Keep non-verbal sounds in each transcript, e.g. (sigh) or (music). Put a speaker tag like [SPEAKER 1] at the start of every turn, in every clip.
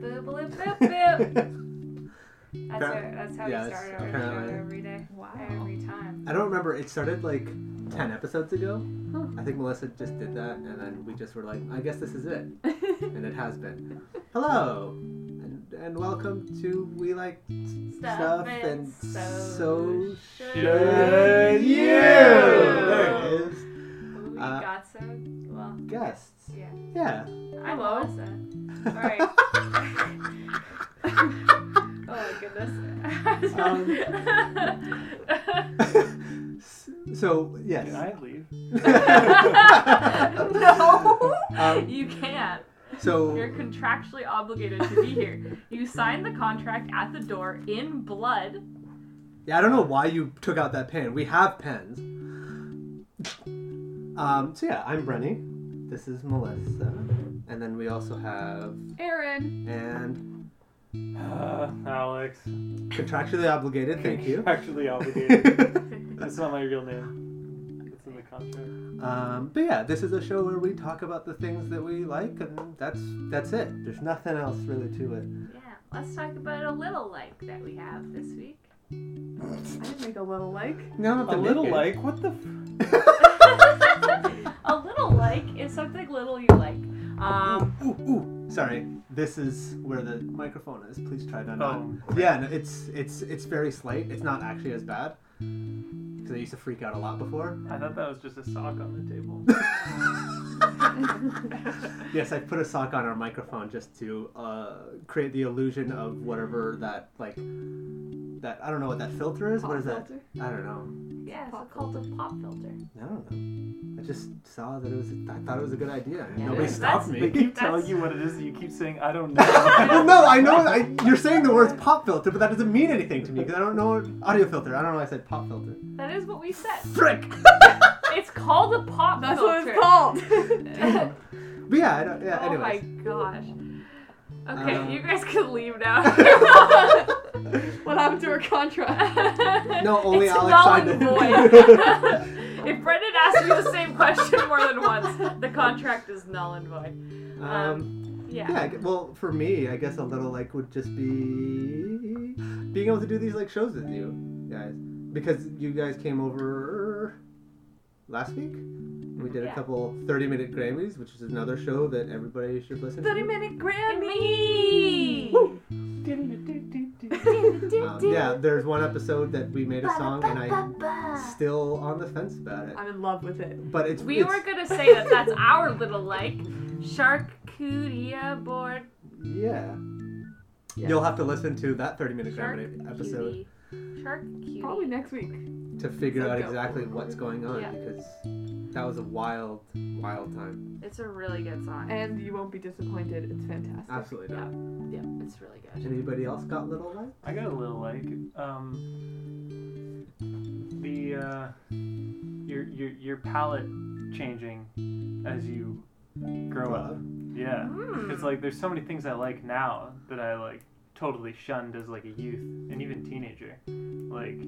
[SPEAKER 1] Boop, boop. That's,
[SPEAKER 2] That-
[SPEAKER 1] our, that's how
[SPEAKER 2] yeah,
[SPEAKER 1] we
[SPEAKER 2] it's
[SPEAKER 1] start our
[SPEAKER 2] apparently-
[SPEAKER 1] show every day,
[SPEAKER 3] Wow.
[SPEAKER 1] every time.
[SPEAKER 2] I don't remember. It started like 10 episodes ago. I think Melissa just did that, and then we just were like, I guess this is it. And it has been. Hello! And, and welcome to We Like
[SPEAKER 1] Stuff,
[SPEAKER 2] Stuff
[SPEAKER 1] and,
[SPEAKER 2] and
[SPEAKER 1] so,
[SPEAKER 2] So
[SPEAKER 1] should
[SPEAKER 2] Should
[SPEAKER 1] You.
[SPEAKER 2] You! There it is.
[SPEAKER 1] We
[SPEAKER 2] Uh,
[SPEAKER 1] got some. Well,
[SPEAKER 2] Guests.
[SPEAKER 1] yeah.
[SPEAKER 2] Yeah. (laughs)
[SPEAKER 1] I'm
[SPEAKER 3] Hello.
[SPEAKER 1] Melissa. All right. (laughs) oh my goodness. (laughs)
[SPEAKER 2] S- So, yes. (laughs)
[SPEAKER 4] (laughs) Can I leave?
[SPEAKER 3] no.
[SPEAKER 2] Um,
[SPEAKER 3] (laughs) you can't. You're
[SPEAKER 2] so,
[SPEAKER 3] contractually obligated to be here. You signed the contract at the door in blood.
[SPEAKER 2] yeah, I don't know why you took out that pen. We have pens. Um, so, yeah, I'm Brenny. This is Melissa. And then we also have.
[SPEAKER 1] Aaron.
[SPEAKER 2] And
[SPEAKER 4] Uh, Alex.
[SPEAKER 2] contractually obligated, thank
[SPEAKER 4] (laughs)
[SPEAKER 2] you.
[SPEAKER 4] Actually (laughs) obligated. That's not my real name. It's in the contract.
[SPEAKER 2] Um, but yeah, this is a show where we talk about the things that we like, and that's that's it. There's nothing else really to it.
[SPEAKER 1] Yeah. Let's talk about a little like that we have this week.
[SPEAKER 3] I didn't make a little like.
[SPEAKER 2] No,
[SPEAKER 4] A little like, what the f-
[SPEAKER 3] A little like is something little you like. Um,
[SPEAKER 2] (laughs) Ooh, ooh. Sorry, this is where the microphone is. Please try to not.
[SPEAKER 4] Oh.
[SPEAKER 2] Yeah, no, it's it's it's very slight. It's not actually as bad. Because I used to freak out a lot before.
[SPEAKER 4] I thought that was just a sock on the table.
[SPEAKER 2] Yes, I put a sock on our microphone just to uh, create the illusion of whatever that like that I don't know what that filter is. what is
[SPEAKER 3] filter?
[SPEAKER 2] that? I don't know.
[SPEAKER 1] Yeah, it's
[SPEAKER 3] Pop
[SPEAKER 1] called a pop filter.
[SPEAKER 2] I don't know. I just saw that it was. I thought it was a good idea.
[SPEAKER 1] Yeah,
[SPEAKER 2] Nobody
[SPEAKER 1] that's-
[SPEAKER 2] stopped
[SPEAKER 4] (laughs) They
[SPEAKER 2] me.
[SPEAKER 4] keep
[SPEAKER 1] That's-
[SPEAKER 4] telling you what it is, and you keep saying, I (laughs)
[SPEAKER 2] (laughs)
[SPEAKER 4] don't
[SPEAKER 2] well,
[SPEAKER 4] know.
[SPEAKER 2] no, I know. I, you're saying the words pop filter, but that doesn't mean anything to me because I don't know audio filter. I don't know. why I said pop filter.
[SPEAKER 3] that is what we said.
[SPEAKER 1] (laughs)
[SPEAKER 2] Frick.
[SPEAKER 3] It's called a pop
[SPEAKER 1] That's what
[SPEAKER 3] filter.
[SPEAKER 1] it's called.
[SPEAKER 2] But yeah, I don't, yeah.
[SPEAKER 3] oh my
[SPEAKER 2] Anyways.
[SPEAKER 3] gosh. Okay,
[SPEAKER 2] Um,
[SPEAKER 3] you guys can leave now.
[SPEAKER 1] (laughs)
[SPEAKER 3] (laughs)
[SPEAKER 1] what happened to our contract?
[SPEAKER 2] (laughs)
[SPEAKER 3] (laughs)
[SPEAKER 2] No, only
[SPEAKER 3] it's
[SPEAKER 2] Alex
[SPEAKER 3] null
[SPEAKER 2] signed
[SPEAKER 3] and
[SPEAKER 2] it.
[SPEAKER 3] void. (laughs) if Brendan asked me the same question more than once, the contract is null and void.
[SPEAKER 2] (laughs) um,
[SPEAKER 3] Yeah.
[SPEAKER 2] yeah. I gu- Well, for me, I guess a little like would just be being able to do these like shows with you guys because you guys came over last week. We did
[SPEAKER 1] Yeah.
[SPEAKER 2] a couple 30 minute Grammys, which is another show that everybody should listen to.
[SPEAKER 3] 30 minute
[SPEAKER 1] Me.
[SPEAKER 3] Grammy!
[SPEAKER 2] Um, yeah, there's one episode that we made a song and I'm still on the fence about it.
[SPEAKER 1] I'm in love with it.
[SPEAKER 2] But it's
[SPEAKER 3] We
[SPEAKER 2] it's,
[SPEAKER 3] were gonna say that that's (laughs) our little like charcuterie board.
[SPEAKER 2] yeah.
[SPEAKER 1] Yeah.
[SPEAKER 2] You'll have to listen to that 30 minute
[SPEAKER 3] Shark
[SPEAKER 2] Grammy episode
[SPEAKER 3] Charcuterie.
[SPEAKER 1] Probably next week.
[SPEAKER 2] to figure
[SPEAKER 1] So
[SPEAKER 2] out
[SPEAKER 1] go.
[SPEAKER 2] exactly what's going on
[SPEAKER 3] Yeah.
[SPEAKER 2] because that was a wild, wild time.
[SPEAKER 3] It's a really good song.
[SPEAKER 1] And you won't be disappointed. It's fantastic.
[SPEAKER 2] Absolutely not.
[SPEAKER 3] yeah, it's really good.
[SPEAKER 2] Anybody else got little light?
[SPEAKER 4] I got a little like, um, the, uh, your, your, your palate changing as you grow up. Yeah.
[SPEAKER 3] Mm.
[SPEAKER 4] It's
[SPEAKER 1] Hmm.
[SPEAKER 4] like there's so many things I like now that I like totally shunned as like a youth and even teenager. Like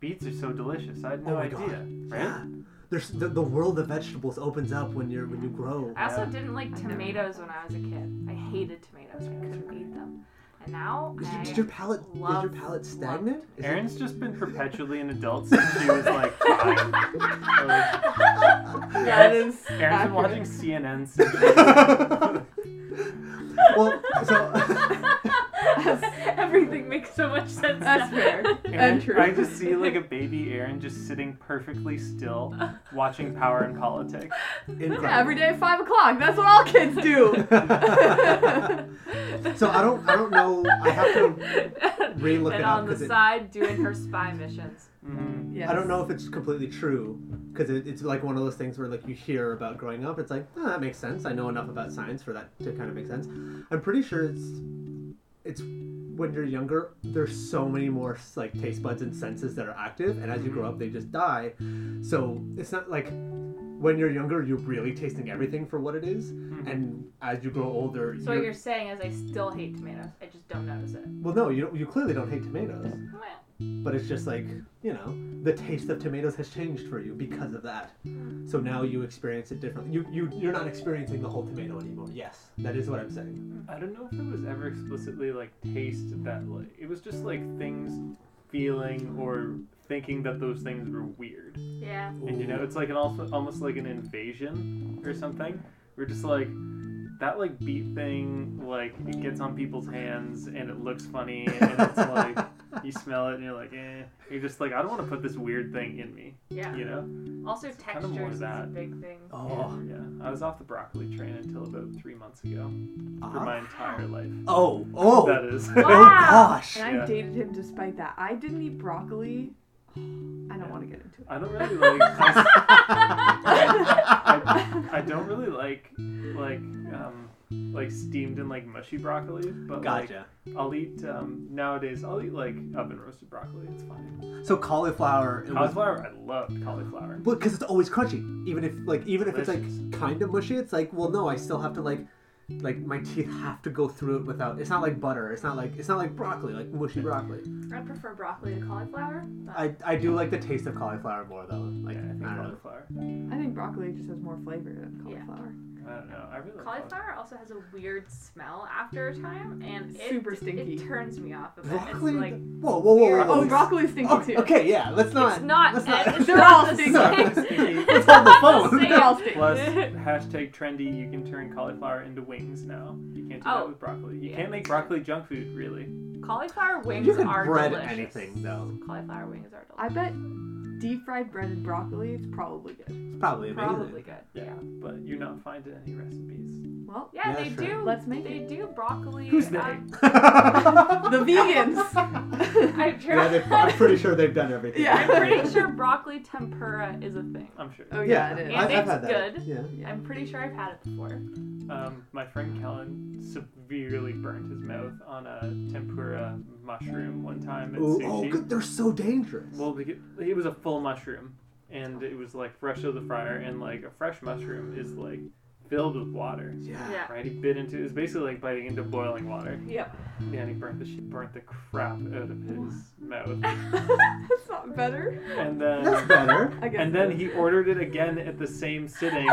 [SPEAKER 4] beets are so delicious. I had no
[SPEAKER 2] Oh my
[SPEAKER 4] idea.
[SPEAKER 2] God.
[SPEAKER 4] Right?
[SPEAKER 2] There's the, the world of vegetables opens up when you're when you grow.
[SPEAKER 3] I also
[SPEAKER 4] Yeah.
[SPEAKER 3] didn't like tomatoes when I was a kid. I hated tomatoes. I couldn't eat them. And now
[SPEAKER 2] Is your,
[SPEAKER 3] I
[SPEAKER 2] is your palate is your
[SPEAKER 3] love-
[SPEAKER 2] palate stagnant? Is it-
[SPEAKER 4] Erin's just been perpetually an adult since she was
[SPEAKER 2] (laughs)
[SPEAKER 4] like five. Like,
[SPEAKER 1] That is.
[SPEAKER 4] Erin's been
[SPEAKER 1] accurate.
[SPEAKER 4] watching CNN since
[SPEAKER 3] (laughs)
[SPEAKER 4] she
[SPEAKER 2] well, so (laughs)
[SPEAKER 3] Everything makes so much sense.
[SPEAKER 1] That's
[SPEAKER 3] now.
[SPEAKER 1] fair.
[SPEAKER 3] (laughs)
[SPEAKER 4] Aaron-
[SPEAKER 1] And true.
[SPEAKER 4] I just see
[SPEAKER 1] (laughs)
[SPEAKER 4] like a baby Aaron just sitting perfectly still watching Power and Politics.
[SPEAKER 1] Yeah, every day at five o'clock. That's what all kids
[SPEAKER 3] (laughs)
[SPEAKER 1] do.
[SPEAKER 2] (laughs) so I don't I don't know. I have to
[SPEAKER 3] (laughs)
[SPEAKER 2] relook
[SPEAKER 3] and
[SPEAKER 2] it
[SPEAKER 3] on
[SPEAKER 2] up
[SPEAKER 3] the
[SPEAKER 2] because I
[SPEAKER 3] side, doing her spy missions.
[SPEAKER 4] Mm.
[SPEAKER 1] Yes.
[SPEAKER 2] don't know if it's completely true because it, it's like one of those things where like you hear about growing up. It's like oh, that makes sense. I know enough about science for that to kind of make sense. I'm pretty sure it's it's when you're younger. There's so many more like taste buds and senses that are active, and as you grow up, they just die. So it's not like when you're younger, you're really tasting everything for what it is, and as you grow older,
[SPEAKER 3] So what you're saying is I still hate tomatoes. I just don't notice it.
[SPEAKER 2] Well, no, you don't, you clearly don't hate tomatoes.
[SPEAKER 3] Well,
[SPEAKER 2] But it's just like, you know, the taste of tomatoes has changed for you because of that. So now you experience it differently. You, you, you're not experiencing the whole tomato anymore. Yes, that is what I'm saying.
[SPEAKER 4] I don't know if it was ever explicitly like taste that like it was just like things feeling or thinking that those things were weird.
[SPEAKER 3] Yeah.
[SPEAKER 4] And you know, it's like an also almost like an invasion or something. We're just like that like beat thing like it gets on people's hands and it looks funny and
[SPEAKER 2] (laughs)
[SPEAKER 4] it's like you smell it and you're like eh you're just like I don't want to put this weird thing in me
[SPEAKER 3] Yeah.
[SPEAKER 4] you know
[SPEAKER 3] Also,
[SPEAKER 4] kind of more
[SPEAKER 3] textures is a
[SPEAKER 4] that.
[SPEAKER 3] big thing.
[SPEAKER 2] Oh.
[SPEAKER 4] yeah I was off the broccoli train until about three months ago for my entire life
[SPEAKER 2] ah. Oh, oh.
[SPEAKER 4] that is
[SPEAKER 2] Oh,
[SPEAKER 3] Wow.
[SPEAKER 2] gosh.
[SPEAKER 4] (laughs)
[SPEAKER 1] And I
[SPEAKER 4] Yeah.
[SPEAKER 1] dated him despite that. I didn't eat broccoli. I don't
[SPEAKER 4] Yeah.
[SPEAKER 1] want to get into it.
[SPEAKER 4] I don't really
[SPEAKER 3] (laughs)
[SPEAKER 4] like I, I, I don't really like like um like steamed and like mushy broccoli but like
[SPEAKER 2] Gotcha.
[SPEAKER 4] I'll eat um, nowadays. I'll eat like oven roasted broccoli. It's fine.
[SPEAKER 2] So cauliflower, it was
[SPEAKER 4] Cauliflower. I love cauliflower.
[SPEAKER 2] Well, because it's always crunchy. Even if like even if it's like
[SPEAKER 4] Delicious.
[SPEAKER 2] kind of mushy, it's like well no, I still have to like like my teeth have to go through it without. It's not like butter. It's not like it's not like broccoli, like mushy broccoli.
[SPEAKER 3] I prefer broccoli to cauliflower. but-
[SPEAKER 2] I I do like the taste of cauliflower more though. Like I
[SPEAKER 4] Yeah, I
[SPEAKER 2] don't
[SPEAKER 4] think
[SPEAKER 2] know.
[SPEAKER 4] cauliflower.
[SPEAKER 1] I think broccoli just has more flavor than cauliflower.
[SPEAKER 4] I don't know. I really like
[SPEAKER 3] Cauliflower also has a weird smell after a time, and it,
[SPEAKER 1] Super
[SPEAKER 3] It
[SPEAKER 1] stinky.
[SPEAKER 3] turns me off of it.
[SPEAKER 2] Broccoli.
[SPEAKER 3] It's like
[SPEAKER 2] whoa, whoa, whoa, whoa,
[SPEAKER 3] weird.
[SPEAKER 2] whoa.
[SPEAKER 1] Oh, broccoli's stinky
[SPEAKER 2] okay,
[SPEAKER 1] too.
[SPEAKER 2] okay, yeah. Let's not.
[SPEAKER 3] it's not.
[SPEAKER 2] Let's not. (laughs)
[SPEAKER 3] it's
[SPEAKER 1] They're
[SPEAKER 3] not
[SPEAKER 1] all
[SPEAKER 3] the
[SPEAKER 1] stinky.
[SPEAKER 3] same. (laughs)
[SPEAKER 2] Let's hold the phone.
[SPEAKER 3] Same.
[SPEAKER 1] They're all stinky.
[SPEAKER 3] (laughs)
[SPEAKER 4] Plus hashtag trendy. You can turn cauliflower into wings now. You can't do
[SPEAKER 3] Oh.
[SPEAKER 4] that with broccoli. You
[SPEAKER 3] Yeah,
[SPEAKER 4] can't make
[SPEAKER 3] that's true.
[SPEAKER 4] broccoli junk food really.
[SPEAKER 3] Cauliflower wings
[SPEAKER 2] you can
[SPEAKER 3] are
[SPEAKER 2] bread
[SPEAKER 3] delicious.
[SPEAKER 2] anything though.
[SPEAKER 3] Cauliflower wings are
[SPEAKER 1] I
[SPEAKER 3] delicious.
[SPEAKER 1] bet deep fried breaded broccoli is probably good.
[SPEAKER 2] It's probably amazing.
[SPEAKER 3] Probably good.
[SPEAKER 4] Yeah. But you're not finding any recipes.
[SPEAKER 1] Well,
[SPEAKER 3] Yeah,
[SPEAKER 2] Yeah,
[SPEAKER 3] they
[SPEAKER 2] sure.
[SPEAKER 3] do.
[SPEAKER 1] Let's make
[SPEAKER 3] They
[SPEAKER 1] it.
[SPEAKER 3] do broccoli. (laughs)
[SPEAKER 4] Who's
[SPEAKER 3] uh,
[SPEAKER 4] they?
[SPEAKER 2] (laughs)
[SPEAKER 1] (laughs) the vegans.
[SPEAKER 3] I
[SPEAKER 2] yeah, they, I'm pretty sure they've done everything.
[SPEAKER 1] Yeah,
[SPEAKER 3] (laughs) I'm
[SPEAKER 2] (laughs)
[SPEAKER 3] pretty sure broccoli tempura is a thing.
[SPEAKER 4] I'm sure.
[SPEAKER 1] Oh yeah,
[SPEAKER 2] Yeah,
[SPEAKER 1] it is.
[SPEAKER 3] And
[SPEAKER 2] I've, I've
[SPEAKER 3] it's
[SPEAKER 2] had that.
[SPEAKER 3] good.
[SPEAKER 2] Yeah.
[SPEAKER 1] Yeah.
[SPEAKER 3] I'm pretty sure I've had it before.
[SPEAKER 4] Um, my friend Kellen severely burnt his mouth on a tempura mushroom one time at
[SPEAKER 2] Ooh,
[SPEAKER 4] sushi.
[SPEAKER 2] oh, good. They're so dangerous.
[SPEAKER 4] Well, beca- it was a full mushroom, and it was like fresh out of the fryer, and like a fresh mushroom is like filled with water.
[SPEAKER 2] yeah.
[SPEAKER 3] Yeah.
[SPEAKER 4] Right? He bit into it was basically like biting into boiling water.
[SPEAKER 3] Yep.
[SPEAKER 1] (laughs)
[SPEAKER 4] Yeah, and he burnt the sh- burnt the crap out of his mouth,
[SPEAKER 1] That's not better.
[SPEAKER 2] (laughs)
[SPEAKER 4] and
[SPEAKER 2] That's
[SPEAKER 4] then
[SPEAKER 2] better.
[SPEAKER 1] (laughs) I guess.
[SPEAKER 4] and
[SPEAKER 1] it
[SPEAKER 4] then
[SPEAKER 1] is.
[SPEAKER 4] he ordered it again at the same sitting,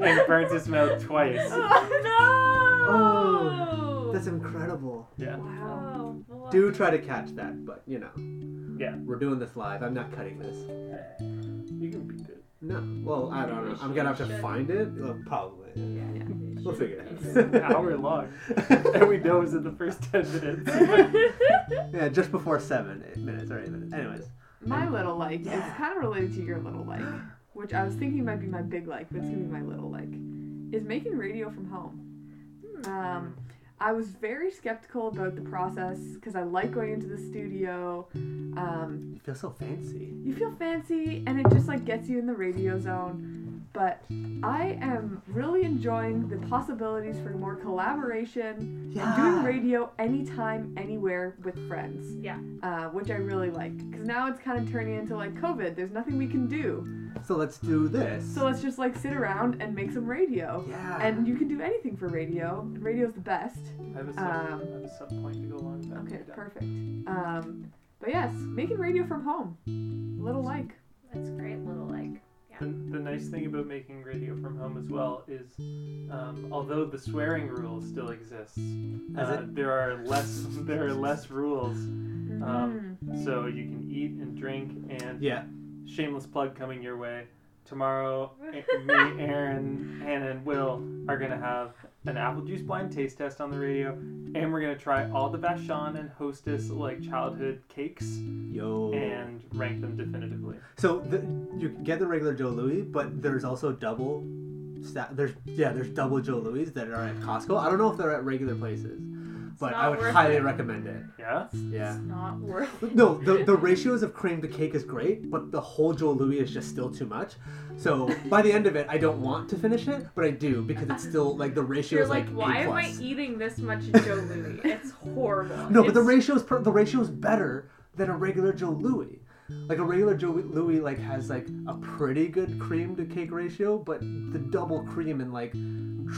[SPEAKER 4] and burnt his mouth
[SPEAKER 2] (laughs)
[SPEAKER 4] twice.
[SPEAKER 2] Ah.
[SPEAKER 3] Oh no!
[SPEAKER 2] That's incredible.
[SPEAKER 4] Yeah.
[SPEAKER 1] Wow.
[SPEAKER 3] Oh, boy.
[SPEAKER 2] Do try to catch that, but you know.
[SPEAKER 4] Yeah.
[SPEAKER 2] We're doing this live. I'm not cutting this.
[SPEAKER 4] You can beat it.
[SPEAKER 2] No. Well, I don't know. I'm gonna have to find it. Well, probably.
[SPEAKER 3] Yeah, yeah. (laughs)
[SPEAKER 2] We'll figure
[SPEAKER 4] It's
[SPEAKER 2] it
[SPEAKER 4] an hour long, (laughs) and we know it was in the first ten
[SPEAKER 1] (laughs) Um,
[SPEAKER 4] minutes.
[SPEAKER 2] out. (laughs) yeah, just before seven, eight minutes or eight minutes. Anyways.
[SPEAKER 1] My little like
[SPEAKER 2] Yeah.
[SPEAKER 1] is kind of related to your little like, which I was thinking might be my big like, but it's gonna be my little like, is making radio from home. Um, I was very skeptical about the process because I like going into the studio. Um,
[SPEAKER 2] You feel so fancy.
[SPEAKER 1] you feel fancy, and it just like gets you in the radio zone. But I am really enjoying the possibilities for more collaboration
[SPEAKER 2] Yeah.
[SPEAKER 1] doing radio anytime, anywhere with friends.
[SPEAKER 3] Yeah.
[SPEAKER 1] Uh, which I really like. Because now it's kind of turning into like COVID. There's nothing we can do.
[SPEAKER 2] So let's do this.
[SPEAKER 1] So let's just like sit around and make some radio.
[SPEAKER 2] yeah.
[SPEAKER 1] And you can do anything for radio. Radio's the best.
[SPEAKER 4] I have a sub,
[SPEAKER 1] Um,
[SPEAKER 4] I have a sub point to go along with that.
[SPEAKER 1] Okay,
[SPEAKER 4] You're done.
[SPEAKER 1] perfect. Um, but yes, making radio from home. Little like.
[SPEAKER 3] That's great, little like.
[SPEAKER 4] The, the nice thing about making radio from home as well is, um, although the swearing rule still exists,
[SPEAKER 2] As
[SPEAKER 4] uh, there are less (laughs) there are less rules, Um, so you can eat and drink. And
[SPEAKER 2] yeah.
[SPEAKER 4] shameless plug coming your way tomorrow.
[SPEAKER 1] (laughs)
[SPEAKER 4] A- me, Aaron, Hannah, and Will are gonna have an apple juice blind taste test on the radio, and we're gonna try all the Vachon and Hostess like childhood cakes
[SPEAKER 2] Yo.
[SPEAKER 4] and rank them definitively.
[SPEAKER 2] So the, you can get the regular Joe Louis, but there's also double. Sta- there's yeah, there's double Joe Louis that are at Costco. I don't know if they're at regular places, but I
[SPEAKER 3] not
[SPEAKER 2] would
[SPEAKER 3] worth
[SPEAKER 2] highly
[SPEAKER 3] it.
[SPEAKER 2] recommend it.
[SPEAKER 4] Yeah.
[SPEAKER 2] Yeah.
[SPEAKER 3] It's
[SPEAKER 2] (laughs)
[SPEAKER 3] not worth it.
[SPEAKER 2] No, the, the ratios of cream to cake is great, but the whole Joe Louis is just still too much. So by the end of it, I don't want to finish it, but I do because it's still like the ratio
[SPEAKER 3] You're
[SPEAKER 2] is
[SPEAKER 3] like,
[SPEAKER 2] like,
[SPEAKER 3] why
[SPEAKER 2] A
[SPEAKER 3] am I
[SPEAKER 2] plus.
[SPEAKER 3] eating this
[SPEAKER 2] (laughs)
[SPEAKER 3] much Joe Louis? It's horrible.
[SPEAKER 2] No, but the
[SPEAKER 3] It's-
[SPEAKER 2] ratio is per- the ratio is better than a regular Joe Louis. like a regular Joe Louis like has like a pretty good cream to cake ratio, but the double cream and like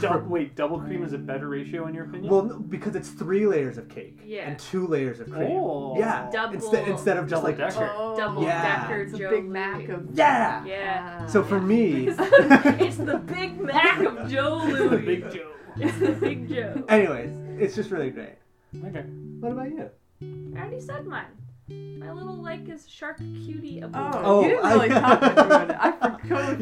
[SPEAKER 4] Dou-
[SPEAKER 2] tri-
[SPEAKER 4] wait, double cream is a better ratio in your opinion?
[SPEAKER 2] well no, because it's three layers of cake
[SPEAKER 3] Yeah.
[SPEAKER 2] and two layers of cream.
[SPEAKER 4] Oh.
[SPEAKER 2] Yeah,
[SPEAKER 3] Double-
[SPEAKER 2] instead instead of just
[SPEAKER 4] Double
[SPEAKER 2] like
[SPEAKER 4] decker.
[SPEAKER 1] Oh,
[SPEAKER 3] Mm-hmm. Double
[SPEAKER 2] Yeah.
[SPEAKER 3] decker
[SPEAKER 1] It's a
[SPEAKER 3] Joe
[SPEAKER 1] Big Mac
[SPEAKER 3] Louis.
[SPEAKER 1] of
[SPEAKER 2] yeah. (laughs)
[SPEAKER 3] Yeah.
[SPEAKER 2] So for
[SPEAKER 3] (laughs)
[SPEAKER 2] me, (laughs)
[SPEAKER 3] it's the Big Mac of Joe
[SPEAKER 4] It's the
[SPEAKER 3] Louis.
[SPEAKER 4] big Joe.
[SPEAKER 3] It's the Big Joe.
[SPEAKER 2] anyways, it's just really great.
[SPEAKER 4] Okay.
[SPEAKER 2] What about you?
[SPEAKER 3] I already said mine. My little like is shark cutie a
[SPEAKER 1] Oh,
[SPEAKER 2] Oh,
[SPEAKER 1] you didn't
[SPEAKER 2] I-
[SPEAKER 1] really talk
[SPEAKER 2] (laughs)
[SPEAKER 1] much about it. I forgot.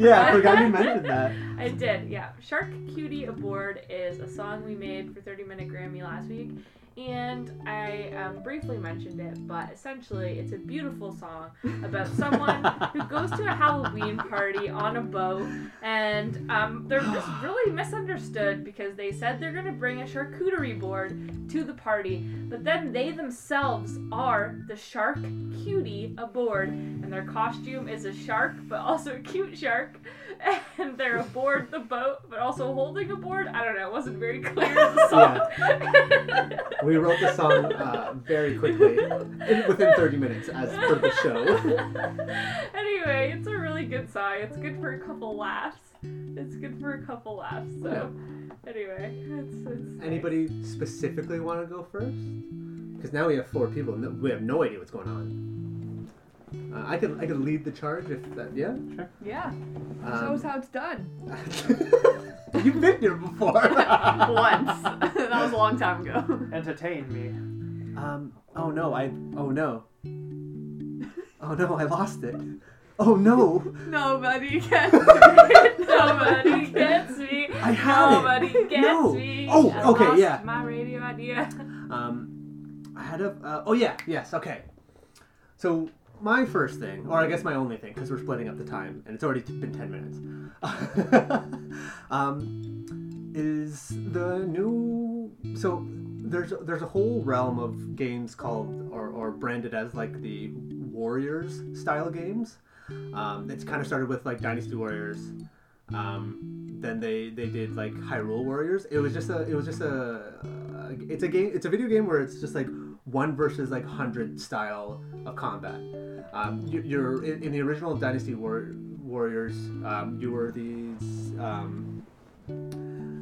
[SPEAKER 3] (laughs)
[SPEAKER 2] Yeah, I forgot you mentioned that.
[SPEAKER 3] I did, yeah. Shark Cutie Aboard is a song we made for 30 Minute Grammy last week, and I um, briefly mentioned it, but essentially it's a beautiful song about someone who goes to a Halloween party on a boat, and um, they're just really misunderstood because they said they're going to bring a charcuterie board to the party, but then they themselves are the Shark Cutie Aboard, and their costume is a shark, but also a cute shark (laughs) and they're aboard the boat, but also holding a board. I don't know. It wasn't very clear in the song.
[SPEAKER 2] We wrote the song uh, very quickly, in, within 30 minutes, as for the show.
[SPEAKER 3] (laughs) anyway, it's a really good song. It's good for a couple laughs. It's good for a couple laughs. So, anyway, it's, it's nice.
[SPEAKER 2] Anybody specifically want to go first? Because now we have four people, and we have no idea what's going on. Uh, I could I could lead the charge if that yeah.
[SPEAKER 1] (laughs) Yeah. Show us
[SPEAKER 2] Um,
[SPEAKER 1] how it's done.
[SPEAKER 2] (laughs) you've been here
[SPEAKER 3] (laughs)
[SPEAKER 2] before. (laughs)
[SPEAKER 1] Once. that was a long time ago.
[SPEAKER 4] Entertain me.
[SPEAKER 2] Um. Oh no! I. Oh no. Oh no! I lost it. Oh no!
[SPEAKER 1] (laughs) Nobody gets me.
[SPEAKER 3] (laughs) Nobody gets me.
[SPEAKER 2] I had
[SPEAKER 3] Nobody
[SPEAKER 2] it.
[SPEAKER 3] gets
[SPEAKER 2] no.
[SPEAKER 3] me.
[SPEAKER 2] Oh,
[SPEAKER 3] I
[SPEAKER 2] okay,
[SPEAKER 3] lost
[SPEAKER 2] yeah.
[SPEAKER 3] My radio idea. (laughs)
[SPEAKER 2] Um, I had a. Uh, oh yeah. Yes. Okay. So my first thing, or I guess my only thing, because we're splitting up the time, and it's already t- been ten minutes. (laughs) um, is the new so there's there's a whole realm of games called or, or branded as like the warriors style games um, it's kind of started with like dynasty warriors um, then they they did like hyrule warriors it was just a it was just a uh, it's a game it's a video game where it's just like one versus like hundred style of combat um, you, you're in, in the original dynasty War, warriors um, you were these um,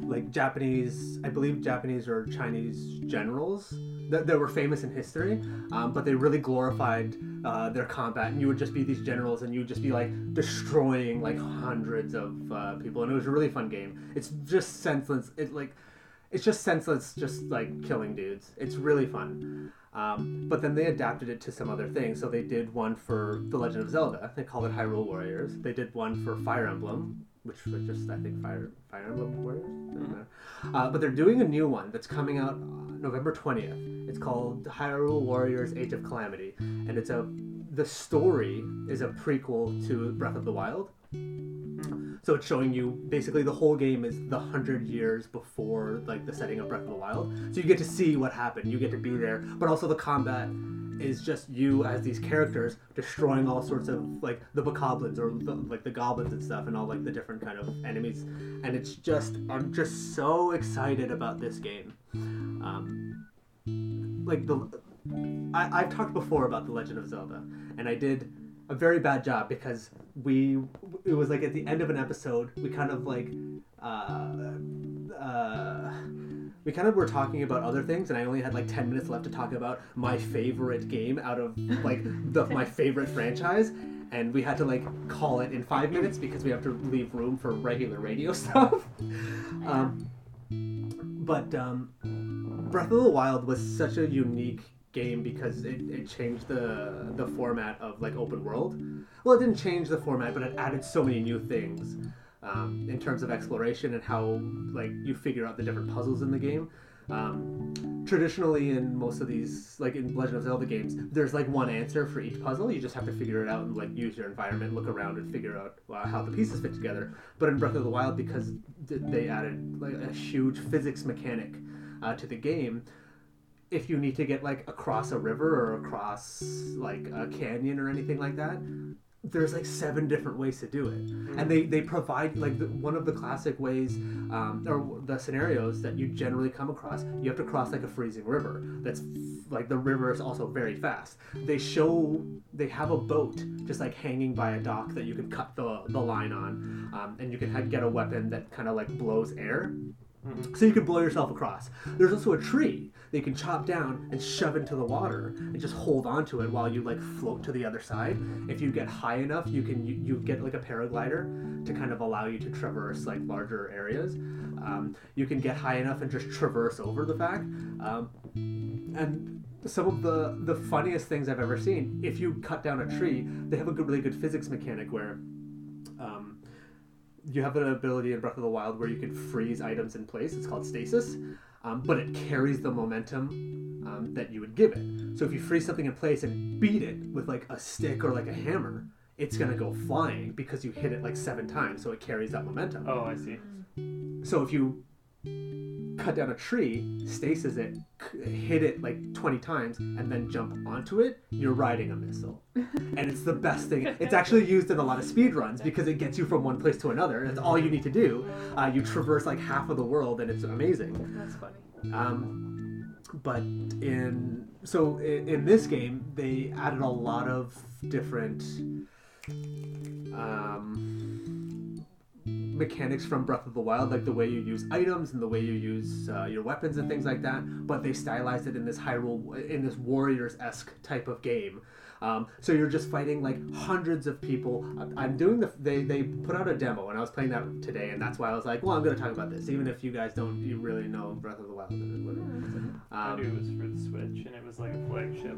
[SPEAKER 2] like Japanese, I believe Japanese or Chinese generals that, that were famous in history, um, but they really glorified uh, their combat. And you would just be these generals, and you would just be like destroying like hundreds of uh, people. And it was a really fun game. It's just senseless. It like, it's just senseless, just like killing dudes. It's really fun. Um, but then they adapted it to some other things. So they did one for The Legend of Zelda. They called it Hyrule Warriors. They did one for Fire Emblem, which was just I think Fire Fire Emblem Warriors. Doesn't matter. Uh, but they're doing a new one that's coming out uh, November twentieth. It's called Hyrule Warriors: Age of Calamity, and it's a the story is a prequel to Breath of the Wild. So it's showing you basically the whole game is the hundred years before like the setting of Breath of the Wild. So you get to see what happened. You get to be there, but also the combat is just you as these characters destroying all sorts of like the bokoblins or the, like the goblins and stuff and all like the different kind of enemies. And it's just I'm just so excited about this game. Um, like the I, I've talked before about The Legend of Zelda, and I did a very bad job because we it was like at the end of an episode we kind of like uh, uh, we kind of were talking about other things and I only had like 10 minutes left to talk about my favorite game out of like the, my favorite franchise and we had to like call it in five minutes because we have to leave room for regular radio (laughs) stuff um, but um, Breath of the Wild was such a unique game because it, it changed the the format of like open world. Well, it didn't change the format, but it added so many new things um, in terms of exploration and how like you figure out the different puzzles in the game. Um, traditionally, in most of these, like in Legend of Zelda games, there's like one answer for each puzzle. You just have to figure it out and like use your environment, look around, and figure out uh, how the pieces fit together. But in Breath of the Wild, because th- they added like a huge physics mechanic uh, to the game, if you need to get like across a river or across like a canyon or anything like that, there's like seven different ways to do it and they, they provide like the, one of the classic ways um, or the scenarios that you generally come across you have to cross like a freezing river that's like the river is also very fast they show they have a boat just like hanging by a dock that you can cut the, the line on um, and you can have, get a weapon that kind of like blows air
[SPEAKER 4] Mhm.
[SPEAKER 2] so you can blow yourself across there's also a tree that you can chop down and shove into the water and just hold onto it while you like float to the other side if you get high enough you can you, you get like a paraglider to kind of allow you to traverse like larger areas um, you can get high enough and just traverse over the back um, and some of the the funniest things i've ever seen if you cut down a tree they have a good, really good physics mechanic where um, you have an ability in breath of the wild where you can freeze items in place it's called stasis um, but it carries the momentum um, that you would give it so if you freeze something in place and beat it with like a stick or like a hammer it's gonna go flying because you hit it like seven times so it carries that momentum
[SPEAKER 4] Oh, I see.
[SPEAKER 2] so if you cut down a tree, stasis it, c- hit it like 20 times, and then jump onto it, you're riding a missile. and it's the best thing. It's actually used in a lot of speed runs because it gets you from one place to another. That's all you need to do. Uh, you traverse like half of the world, and it's amazing.
[SPEAKER 3] That's funny.
[SPEAKER 2] Um, but in so in, in this game, they added a lot of different um, mechanics from Breath of the Wild, like the way you use items and the way you use uh, your weapons and things like that. But they stylized it in this Hyrule, in this Warriors esque type of game. Um, so you're just fighting like hundreds of people. I- I'm doing the. They, they put out a demo, and I was playing that today, and that's why I was like, well, I'm gonna talk about this, even if you guys don't you really know Breath of the Wild. and whatever.
[SPEAKER 4] I knew
[SPEAKER 2] Um,
[SPEAKER 4] it was for the Switch, and it was like a flagship.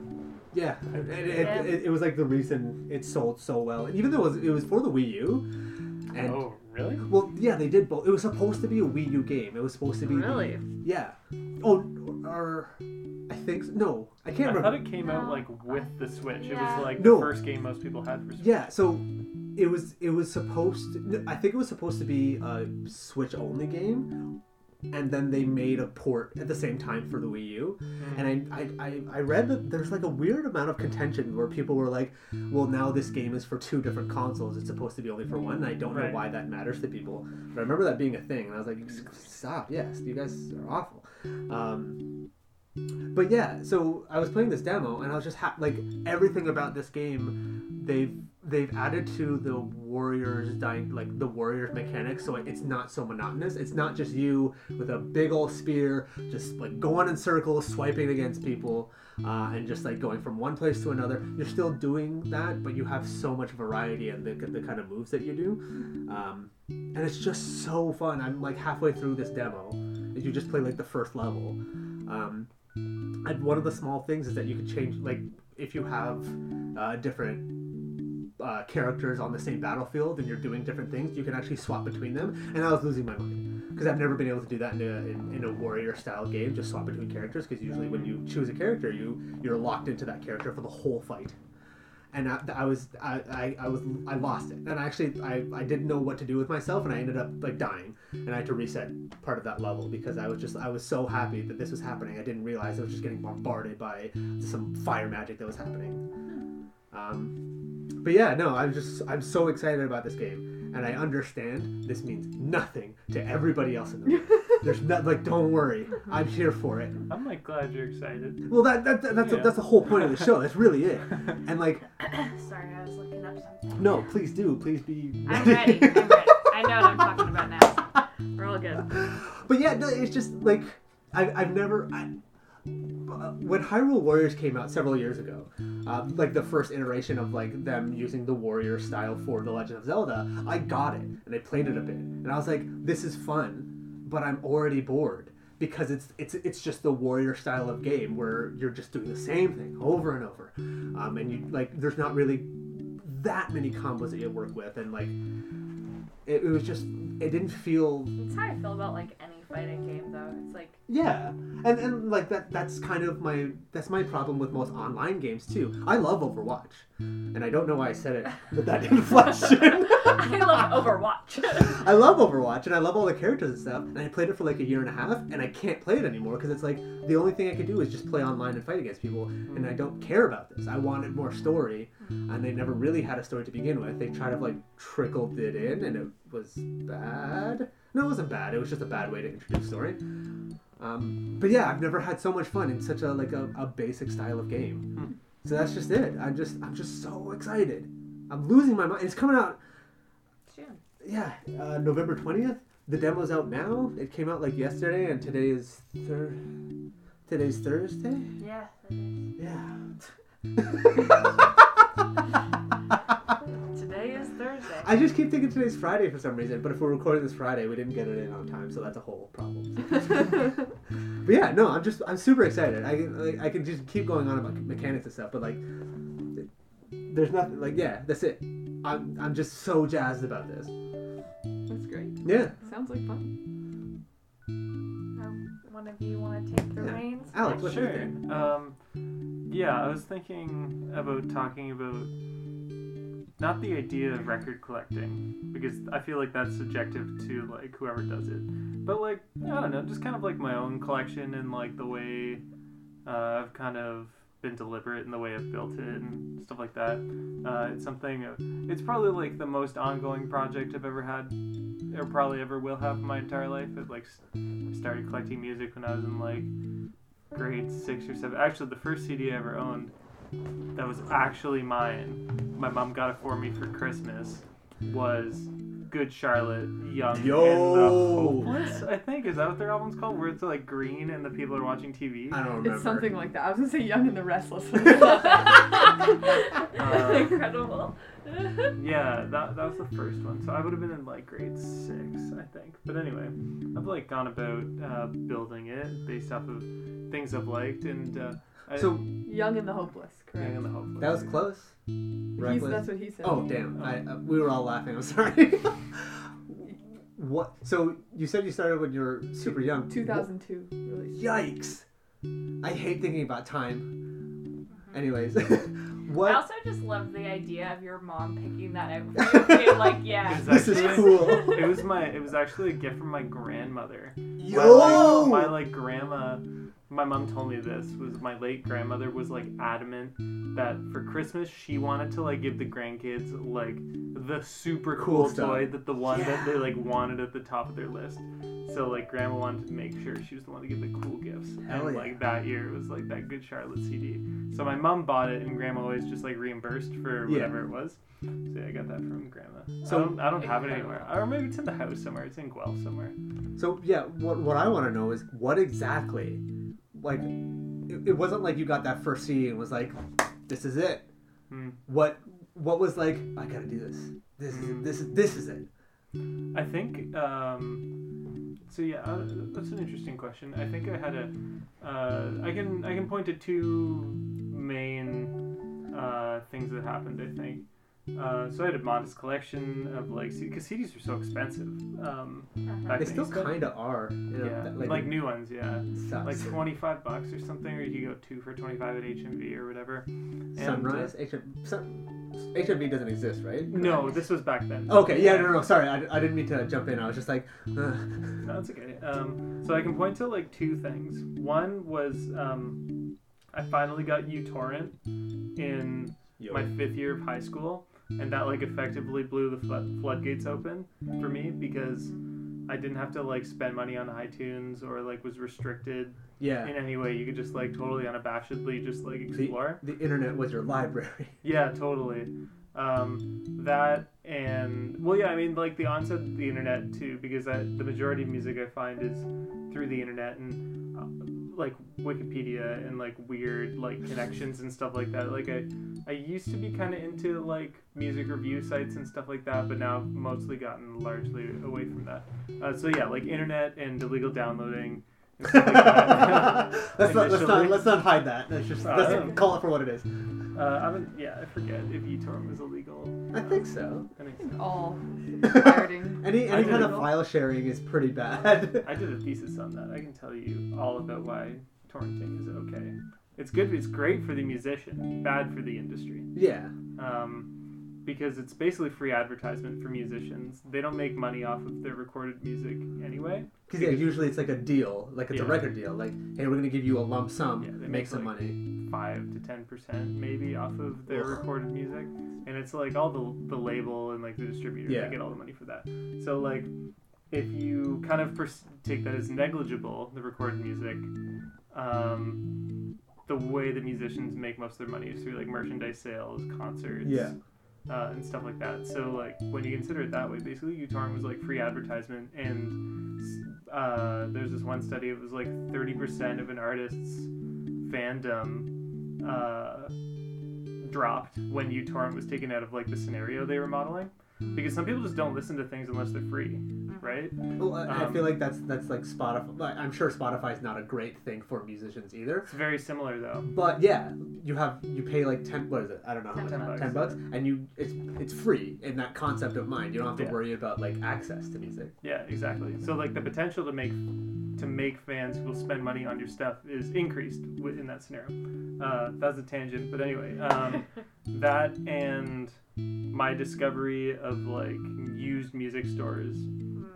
[SPEAKER 2] yeah, it, it,
[SPEAKER 3] Yeah.
[SPEAKER 2] It, it was like the reason it sold so well, and even though it was, it was for the Wii U, and
[SPEAKER 4] oh, really?
[SPEAKER 2] well, yeah, they did both. It was supposed to be a Wii U game. It was supposed to be the-
[SPEAKER 3] Really?
[SPEAKER 2] yeah. Oh, or I think so. no, I can't
[SPEAKER 4] I
[SPEAKER 2] remember.
[SPEAKER 4] thought it came out
[SPEAKER 3] No.
[SPEAKER 4] like with the Switch. It
[SPEAKER 3] Yeah.
[SPEAKER 4] was like
[SPEAKER 2] No.
[SPEAKER 4] the first game most people had for Switch.
[SPEAKER 2] Yeah, so it was it was supposed to, no, I think it was supposed to be a Switch only game and then they made a port at the same time for the Wii U.
[SPEAKER 4] Mm.
[SPEAKER 2] And I, I, I, I read that there's like a weird amount of contention where people were like, well, now this game is for two different consoles. It's supposed to be only for one. And I don't know
[SPEAKER 4] Right.
[SPEAKER 2] why that matters to people. But I remember that being a thing. And I was like, stop, yes, you guys are awful. Um, but yeah, so I was playing this demo and I was just ha- like, everything about this game, they've they've added to the warriors dying like the warriors mechanics so it's not so monotonous it's not just you with a big old spear just like going in circles swiping against people uh, and just like going from one place to another you're still doing that but you have so much variety in the, the kind of moves that you do um, and it's just so fun i'm like halfway through this demo and you just play like the first level um, and one of the small things is that you could change like if you have uh, different uh, characters on the same battlefield and you're doing different things, you can actually swap between them. And I was losing my mind because I've never been able to do that in a, in, in a warrior style game, just swap between characters. Because usually when you choose a character, you you're locked into that character for the whole fight. And I, I was I, I, I was I lost it, and I actually I, I didn't know what to do with myself, and I ended up like dying, and I had to reset part of that level because I was just I was so happy that this was happening. I didn't realize I was just getting bombarded by some fire magic that was happening. Um, but yeah, no, I'm just I'm so excited about this game, and I understand this means nothing to everybody else in
[SPEAKER 3] (laughs)
[SPEAKER 2] the room. There's not like, don't worry, I'm here for it.
[SPEAKER 4] I'm like glad you're excited.
[SPEAKER 2] Well, that, that, that that's
[SPEAKER 4] Yeah.
[SPEAKER 2] that's the whole point of the show. That's really it. And like,
[SPEAKER 3] Sorry, I was looking up
[SPEAKER 2] (laughs)
[SPEAKER 3] something.
[SPEAKER 2] no, please do, please be.
[SPEAKER 3] I'm ready.
[SPEAKER 2] (laughs)
[SPEAKER 3] I'm ready. I know what I'm talking about now. We're all good.
[SPEAKER 2] But yeah, no, it's just like I, I've never. I, uh, when Hyrule Warriors came out several years ago, um, like the first iteration of like them using the warrior style for The Legend of Zelda, I got it and I played it a bit, and I was like, this is fun, but I'm already bored because it's it's it's just the warrior style of game where you're just doing the same thing over and over, um, and you like there's not really that many combos that you work with, and like it, it was just it didn't feel
[SPEAKER 3] That's how I feel about like any fighting game though. It's like (laughs)
[SPEAKER 2] Yeah, and and like that that's kind of my that's my problem with most online games too. I love Overwatch, and I don't know why I said it with that inflection.
[SPEAKER 3] (laughs) I love Overwatch.
[SPEAKER 2] I love Overwatch, and I love all the characters and stuff. And I played it for like a year and a half, and I can't play it anymore because it's like the only thing I could do is just play online and fight against people, and I don't care about this. I wanted more story, and they never really had a story to begin with. They tried to like trickled it in, and it was bad. No, it wasn't bad. It was just a bad way to introduce story. Um, but yeah, I've never had so much fun in such a like a, a basic style of game. So that's just it. I'm just I'm just so excited. I'm losing my mind. It's coming out.
[SPEAKER 3] June.
[SPEAKER 2] Yeah, uh, November twentieth. The demo's out now. It came out like yesterday, and today is thir- today's Thursday.
[SPEAKER 3] Yeah. that is.
[SPEAKER 2] Yeah. (laughs)
[SPEAKER 3] Today is Thursday.
[SPEAKER 2] I just keep thinking today's Friday for some reason, but if we're recording this Friday, we didn't get it in on time, so that's a whole problem. But yeah, no, I'm just I'm super excited. I can like, I can just keep going on about mechanics and stuff, but like, there's nothing like yeah, that's it. I'm I'm just so jazzed about this.
[SPEAKER 1] That's great.
[SPEAKER 2] Yeah,
[SPEAKER 1] Sounds like fun.
[SPEAKER 3] Now, one of you want to take the
[SPEAKER 2] Yeah.
[SPEAKER 3] reins?
[SPEAKER 2] Alex, what's your
[SPEAKER 4] Sure.
[SPEAKER 2] thing?
[SPEAKER 4] Um, yeah, I was thinking about talking about not the idea of record collecting because I feel like that's subjective to like whoever does it, but like I don't know, just kind of like my own collection and like the way uh, I've kind of been deliberate in the way I've built it and stuff like that. Uh, it's something. It's probably like the most ongoing project I've ever had, or probably ever will have in my entire life. It like s- I started collecting music when I was in like grade six or seven. Actually, the first CD I ever owned that was actually mine, my mom got it for me for Christmas, was Good Charlotte, Young, and the
[SPEAKER 2] Yo.
[SPEAKER 4] Hopeless. I think is that what their album's called? Where it's like green and the people are watching TV.
[SPEAKER 2] I don't remember.
[SPEAKER 1] It's something like that. I was gonna say Young and the Restless.
[SPEAKER 3] (laughs)
[SPEAKER 4] Uh,
[SPEAKER 3] Incredible. Mm-hmm.
[SPEAKER 4] Yeah, that, that was the first one. So I would have been in like grade six, I think. But anyway, I've like gone about uh, building it based off of things I've liked and uh, I,
[SPEAKER 2] So
[SPEAKER 1] Young and the Hopeless,
[SPEAKER 4] hang
[SPEAKER 1] correct?
[SPEAKER 4] on the hope.
[SPEAKER 2] that was close.
[SPEAKER 1] He's,
[SPEAKER 2] Reckless.
[SPEAKER 1] that's what he said.
[SPEAKER 2] Oh damn! I, uh, we were all laughing. I'm (laughs) sorry. what? So you said you started when you were super young.
[SPEAKER 1] 2002 release.
[SPEAKER 2] Yikes! I hate thinking about time. Anyways, (laughs)
[SPEAKER 3] I
[SPEAKER 2] what?
[SPEAKER 3] also just love the idea of your mom picking that out for
[SPEAKER 2] (laughs)
[SPEAKER 3] you. being like, yeah.
[SPEAKER 4] Is that
[SPEAKER 2] This is
[SPEAKER 4] (laughs)
[SPEAKER 2] cool.
[SPEAKER 4] It was my. It was actually a gift from my grandmother. My,
[SPEAKER 2] Yo!
[SPEAKER 4] like, my like grandma. My mom told me this was my late grandmother was like adamant that for Christmas she wanted to like give the grandkids like the super
[SPEAKER 2] Cool
[SPEAKER 4] cool,
[SPEAKER 2] stuff.
[SPEAKER 4] toy that the one
[SPEAKER 2] Yeah.
[SPEAKER 4] that they like wanted at the top of their list. So like grandma wanted to make sure she was the one to give the cool gifts.
[SPEAKER 2] Hell
[SPEAKER 4] and
[SPEAKER 2] yeah.
[SPEAKER 4] like that year it was like that good Charlotte CD. So my mom bought it and grandma always just like reimbursed for
[SPEAKER 2] Yeah.
[SPEAKER 4] whatever it was. So yeah, I got that from grandma.
[SPEAKER 2] So-
[SPEAKER 4] So I don't, I don't have it anywhere. Or maybe it's in the house somewhere. It's in Guelph somewhere.
[SPEAKER 2] So yeah, what what I want to know is what exactly, like, it, it wasn't like you got that first CD and was like, this is it.
[SPEAKER 4] Hmm.
[SPEAKER 2] What what was like? I gotta do this. This is
[SPEAKER 4] Mm.
[SPEAKER 2] this is this is it.
[SPEAKER 4] I think. Um, so yeah, uh, that's an interesting question. I think I had a. Uh, I can I can point to two main uh, things that happened. I think. Uh, so I had a modest collection of like because CDs were so expensive. Um,
[SPEAKER 3] Uh-huh.
[SPEAKER 4] back
[SPEAKER 2] They
[SPEAKER 4] then.
[SPEAKER 2] still kind of are. You know,
[SPEAKER 4] yeah,
[SPEAKER 2] that-
[SPEAKER 4] like, new ones, yeah,
[SPEAKER 2] it sucks.
[SPEAKER 4] like twenty five bucks or something, or you go two for twenty five at HMV or whatever. And, uh,
[SPEAKER 2] Sunrise? HM, sun, HMV doesn't exist, right?
[SPEAKER 4] no, this was back then.
[SPEAKER 2] Okay, yeah, no, no, sorry, I, I didn't mean to jump in. I was just like, uh,
[SPEAKER 4] No, it's okay. Um, so I can point to like two things. One was um, I finally got uTorrent in my fifth year of high school, and that like effectively blew the flood- floodgates open for me because I didn't have to like spend money on iTunes or like was restricted
[SPEAKER 2] yeah,
[SPEAKER 4] in any way. You could just like totally unabashedly just like explore.
[SPEAKER 2] the internet was your
[SPEAKER 4] (laughs)
[SPEAKER 2] library.
[SPEAKER 4] Yeah, totally. Um, that and well, yeah, I mean, like the onset of the internet too, because I, the majority of music I find is through the internet and uh, like Wikipedia and like weird like connections and stuff like that. Like I, I used to be kind of into like music review sites and stuff like that, but now I've mostly gotten largely away from that. Uh, so yeah, like internet and illegal downloading Or something like that.
[SPEAKER 2] (laughs) let's, not, let's
[SPEAKER 4] Initially.
[SPEAKER 2] not let's not hide that. Let's just
[SPEAKER 4] I
[SPEAKER 2] let's
[SPEAKER 4] don't.
[SPEAKER 2] call it for what it is.
[SPEAKER 4] uh, I don't, yeah, I forget if eTorrent was illegal.
[SPEAKER 2] I think so.
[SPEAKER 4] I think
[SPEAKER 1] I
[SPEAKER 4] so.
[SPEAKER 1] think all pirating.
[SPEAKER 2] (laughs) Any
[SPEAKER 4] I
[SPEAKER 2] any kind
[SPEAKER 4] did.
[SPEAKER 2] of file sharing is pretty bad.
[SPEAKER 4] I did a thesis on that. I can tell you all about why torrenting is okay. It's good. It's great for the musician. Bad for the industry.
[SPEAKER 2] (laughs) yeah.
[SPEAKER 4] Um, because it's basically free advertisement for musicians. They don't make money off of their recorded music anyway.
[SPEAKER 2] Because yeah, usually it's like a deal, like it's a
[SPEAKER 4] Yeah.
[SPEAKER 2] record deal. Like, hey, we're gonna give you a lump sum,
[SPEAKER 4] Yeah, they
[SPEAKER 2] make
[SPEAKER 4] make,
[SPEAKER 2] some
[SPEAKER 4] like-
[SPEAKER 2] money.
[SPEAKER 4] five to ten percent maybe off of their
[SPEAKER 2] Ugh.
[SPEAKER 4] recorded music, and it's like all the the label and like the distributor
[SPEAKER 2] Yeah.
[SPEAKER 4] they get all the money for that. So like if you kind of pers- take that as negligible, the recorded music, um, the way the musicians make most of their money is through like merchandise sales, concerts,
[SPEAKER 2] Yeah.
[SPEAKER 4] uh, and stuff like that. So like when you consider it that way, basically utarm was like free advertisement and s- uh, there's this one study it was like 30% of an artist's fandom uh, dropped when utarm was taken out of like the scenario they were modeling because some people just don't listen to things unless they're free right
[SPEAKER 2] Well, I, I
[SPEAKER 4] Um,
[SPEAKER 2] feel like that's that's like Spotify. like, I'm sure Spotify's not a great thing for musicians either.
[SPEAKER 4] it's very similar though
[SPEAKER 2] But yeah, you have you pay like ten. What is it? I don't know how
[SPEAKER 3] Ten
[SPEAKER 2] much.
[SPEAKER 4] bucks.
[SPEAKER 2] Ten bucks, and you it's it's free in that concept of mind. You don't have to
[SPEAKER 4] Yeah.
[SPEAKER 2] worry about like access to music.
[SPEAKER 4] yeah exactly so like the potential to make to make fans who will spend money on your stuff is increased wi- in that scenario uh, that's a tangent but anyway um, that and my discovery of like used music stores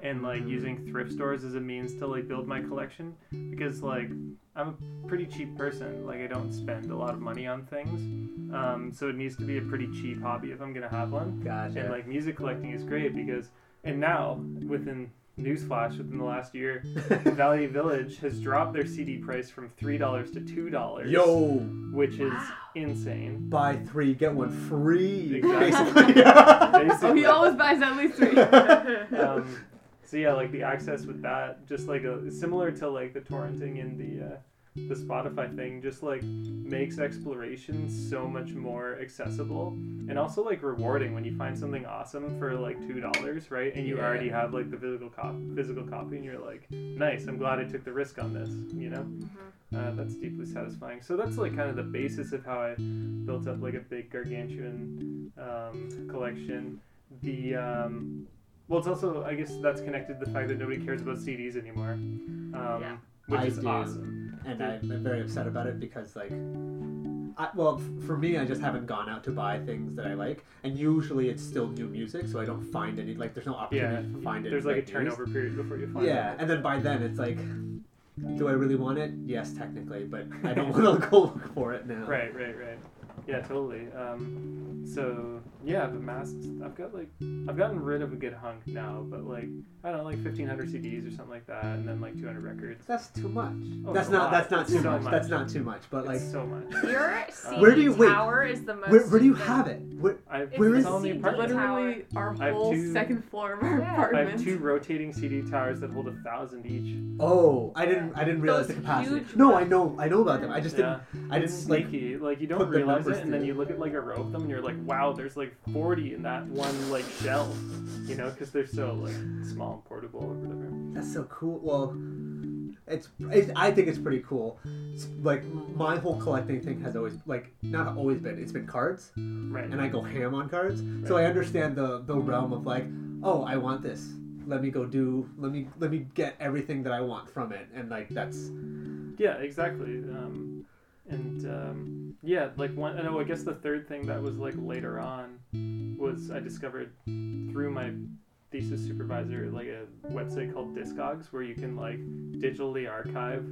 [SPEAKER 4] and like using thrift stores as a means to like build my collection because like I'm a pretty cheap person like I don't spend a lot of money on things um, so it needs to be a pretty cheap hobby if I'm gonna have one
[SPEAKER 2] Gotcha.
[SPEAKER 4] and like music collecting is great because and now within newsflash within the last year
[SPEAKER 2] (laughs)
[SPEAKER 4] Valley Village has dropped their CD price from three dollars to two dollars
[SPEAKER 2] Yo,
[SPEAKER 4] which is
[SPEAKER 3] Wow.
[SPEAKER 4] insane
[SPEAKER 2] buy three get one free.
[SPEAKER 4] Exactly.
[SPEAKER 2] Basically. (laughs)
[SPEAKER 1] Oh,
[SPEAKER 4] Basically.
[SPEAKER 1] he always buys at least three.
[SPEAKER 4] um, so yeah, like the access with that, just like a similar to like the torrenting and the uh, the Spotify thing, just like makes exploration so much more accessible and also like rewarding when you find something awesome for like two dollars, right? And you
[SPEAKER 2] Yeah.
[SPEAKER 4] already have like the physical cop- physical copy, and you're like, nice. I'm glad I took the risk on this. You know,
[SPEAKER 3] Mm-hmm.
[SPEAKER 4] uh, that's deeply satisfying. So that's like kind of the basis of how I built up like a big gargantuan um, collection. The um, well, it's also I guess that's connected to the fact that nobody cares about CDs anymore, um,
[SPEAKER 3] Yeah.
[SPEAKER 4] which
[SPEAKER 2] I
[SPEAKER 4] is
[SPEAKER 2] do.
[SPEAKER 4] awesome.
[SPEAKER 2] and I'm I'm very upset about it because like, I, well, f- for me, I just haven't gone out to buy things that I like, and usually it's still new music, so I don't find any like. There's no
[SPEAKER 4] Yeah,
[SPEAKER 2] opportunity to find it.
[SPEAKER 4] there's like a
[SPEAKER 2] used.
[SPEAKER 4] turnover period before you find
[SPEAKER 2] Yeah,
[SPEAKER 4] it.
[SPEAKER 2] and then by then it's like, do I really want it? Yes, technically, but I don't (laughs) want to go look for it now.
[SPEAKER 4] Right, right, right. Yeah, totally. Um, so yeah, but masks. I've got like I've gotten rid of a good hunk now, but like I don't know, like 1,500 CDs or something like that, and then like 200 records.
[SPEAKER 2] That's too much.
[SPEAKER 4] Oh,
[SPEAKER 2] that's
[SPEAKER 4] it's a
[SPEAKER 2] not.
[SPEAKER 4] lot.
[SPEAKER 2] That's not
[SPEAKER 4] It's
[SPEAKER 2] too
[SPEAKER 4] so
[SPEAKER 2] much.
[SPEAKER 4] much.
[SPEAKER 2] That's not too much. But like,
[SPEAKER 4] it's so much.
[SPEAKER 3] Your CD
[SPEAKER 4] Where do
[SPEAKER 2] you- wait.
[SPEAKER 3] tower is the most.
[SPEAKER 2] where, where do you have it? Where,
[SPEAKER 4] I,
[SPEAKER 3] It's
[SPEAKER 2] Where
[SPEAKER 4] it's
[SPEAKER 2] is-
[SPEAKER 4] all in the
[SPEAKER 3] CD
[SPEAKER 4] apartment.
[SPEAKER 1] Literally, our
[SPEAKER 4] I have
[SPEAKER 1] whole
[SPEAKER 4] two-
[SPEAKER 1] second floor of our
[SPEAKER 3] Yeah. I have
[SPEAKER 4] I have
[SPEAKER 1] apartment.
[SPEAKER 4] two (laughs) rotating CD towers that hold a thousand each.
[SPEAKER 2] oh, I didn't. I didn't realize
[SPEAKER 3] Those
[SPEAKER 2] the capacity.
[SPEAKER 3] huge
[SPEAKER 2] No,
[SPEAKER 3] ones.
[SPEAKER 2] I know. I know about them. I just
[SPEAKER 4] Yeah,
[SPEAKER 2] didn't. I
[SPEAKER 4] it's
[SPEAKER 2] just like.
[SPEAKER 4] sneaky. Like you
[SPEAKER 2] put
[SPEAKER 4] don't
[SPEAKER 2] the
[SPEAKER 4] realize
[SPEAKER 2] numbers
[SPEAKER 4] it, and then
[SPEAKER 2] through.
[SPEAKER 4] you look at like a row of them, and you're like, wow, there's like forty in that one like shelf. You know, because they're so like small and portable or whatever.
[SPEAKER 2] That's so cool. Well, it's, it's I think it's pretty cool. It's, like my whole collecting thing has always like not always been. It's been cards,
[SPEAKER 4] Right.
[SPEAKER 2] and I go ham on cards. So I understand the the realm of like, oh, I want this. Let me go do. Let me let me get everything that I want from it, and like that's
[SPEAKER 4] Yeah, exactly. Um, and um, yeah, like one. And oh, I guess the third thing that was like later on was I discovered through my thesis supervisor like a website called Discogs where you can like digitally archive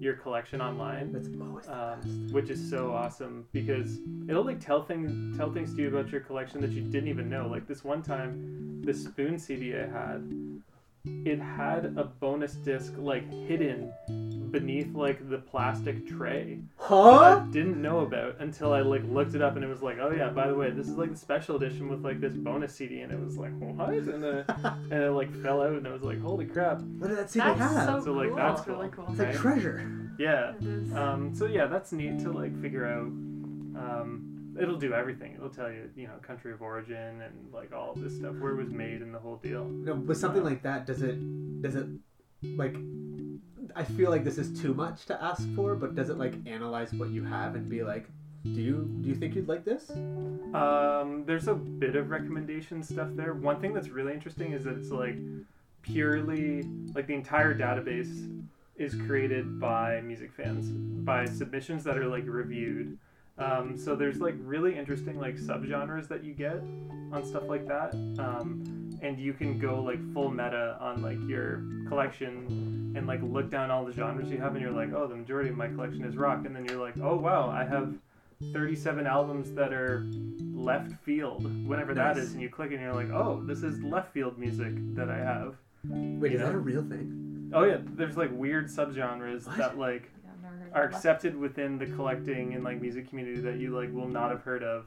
[SPEAKER 4] your collection online.
[SPEAKER 2] that's always the best.
[SPEAKER 4] Um, which is so awesome because it'll like tell things tell things to you about your collection that you didn't even know. Like this one time, the spoon CD I had, it had a bonus disc like hidden beneath like the plastic tray
[SPEAKER 2] Huh?
[SPEAKER 4] that I didn't know about until I like looked it up and it was like, oh yeah, by the way, this is like the special edition with like this bonus CD, and it was like what?
[SPEAKER 2] (laughs)
[SPEAKER 4] And uh, and it like fell out, and I was like, holy crap!
[SPEAKER 2] What did that CD have?
[SPEAKER 3] so,
[SPEAKER 4] So,
[SPEAKER 3] cool.
[SPEAKER 4] like, that's
[SPEAKER 1] That's really cool.
[SPEAKER 2] it's like
[SPEAKER 4] right?
[SPEAKER 2] treasure.
[SPEAKER 4] Yeah.
[SPEAKER 1] It is.
[SPEAKER 4] Um, so yeah, that's neat to like figure out. Um, it'll do everything. It'll tell you, you know, country of origin and like all of this stuff, where it was made and the whole deal.
[SPEAKER 2] No, with something like that, does it does it like I feel like this is too much to ask for, but does it like analyze what you have and be like, do you do you think you'd like this?
[SPEAKER 4] Um, there's a bit of recommendation stuff there. One thing that's really interesting is that it's like purely like the entire database is created by music fans by submissions that are like reviewed. Um, so there's like really interesting like subgenres that you get on stuff like that, um, and you can go like full meta on like your collection and like look down all the genres you have, and you're like, oh, the majority of my collection is rock, and then you're like, oh wow, I have 37 albums that are left field, whatever that
[SPEAKER 2] Nice.
[SPEAKER 4] is, and you click and you're like, oh, this is left field music that I have.
[SPEAKER 2] Wait, is
[SPEAKER 4] Yeah.
[SPEAKER 2] that a real thing?
[SPEAKER 4] Oh yeah, there's like weird subgenres
[SPEAKER 2] What?
[SPEAKER 4] that like
[SPEAKER 3] Yeah, I've never heard
[SPEAKER 4] are
[SPEAKER 3] of that.
[SPEAKER 4] accepted within the collecting and like music community that you like will not have heard of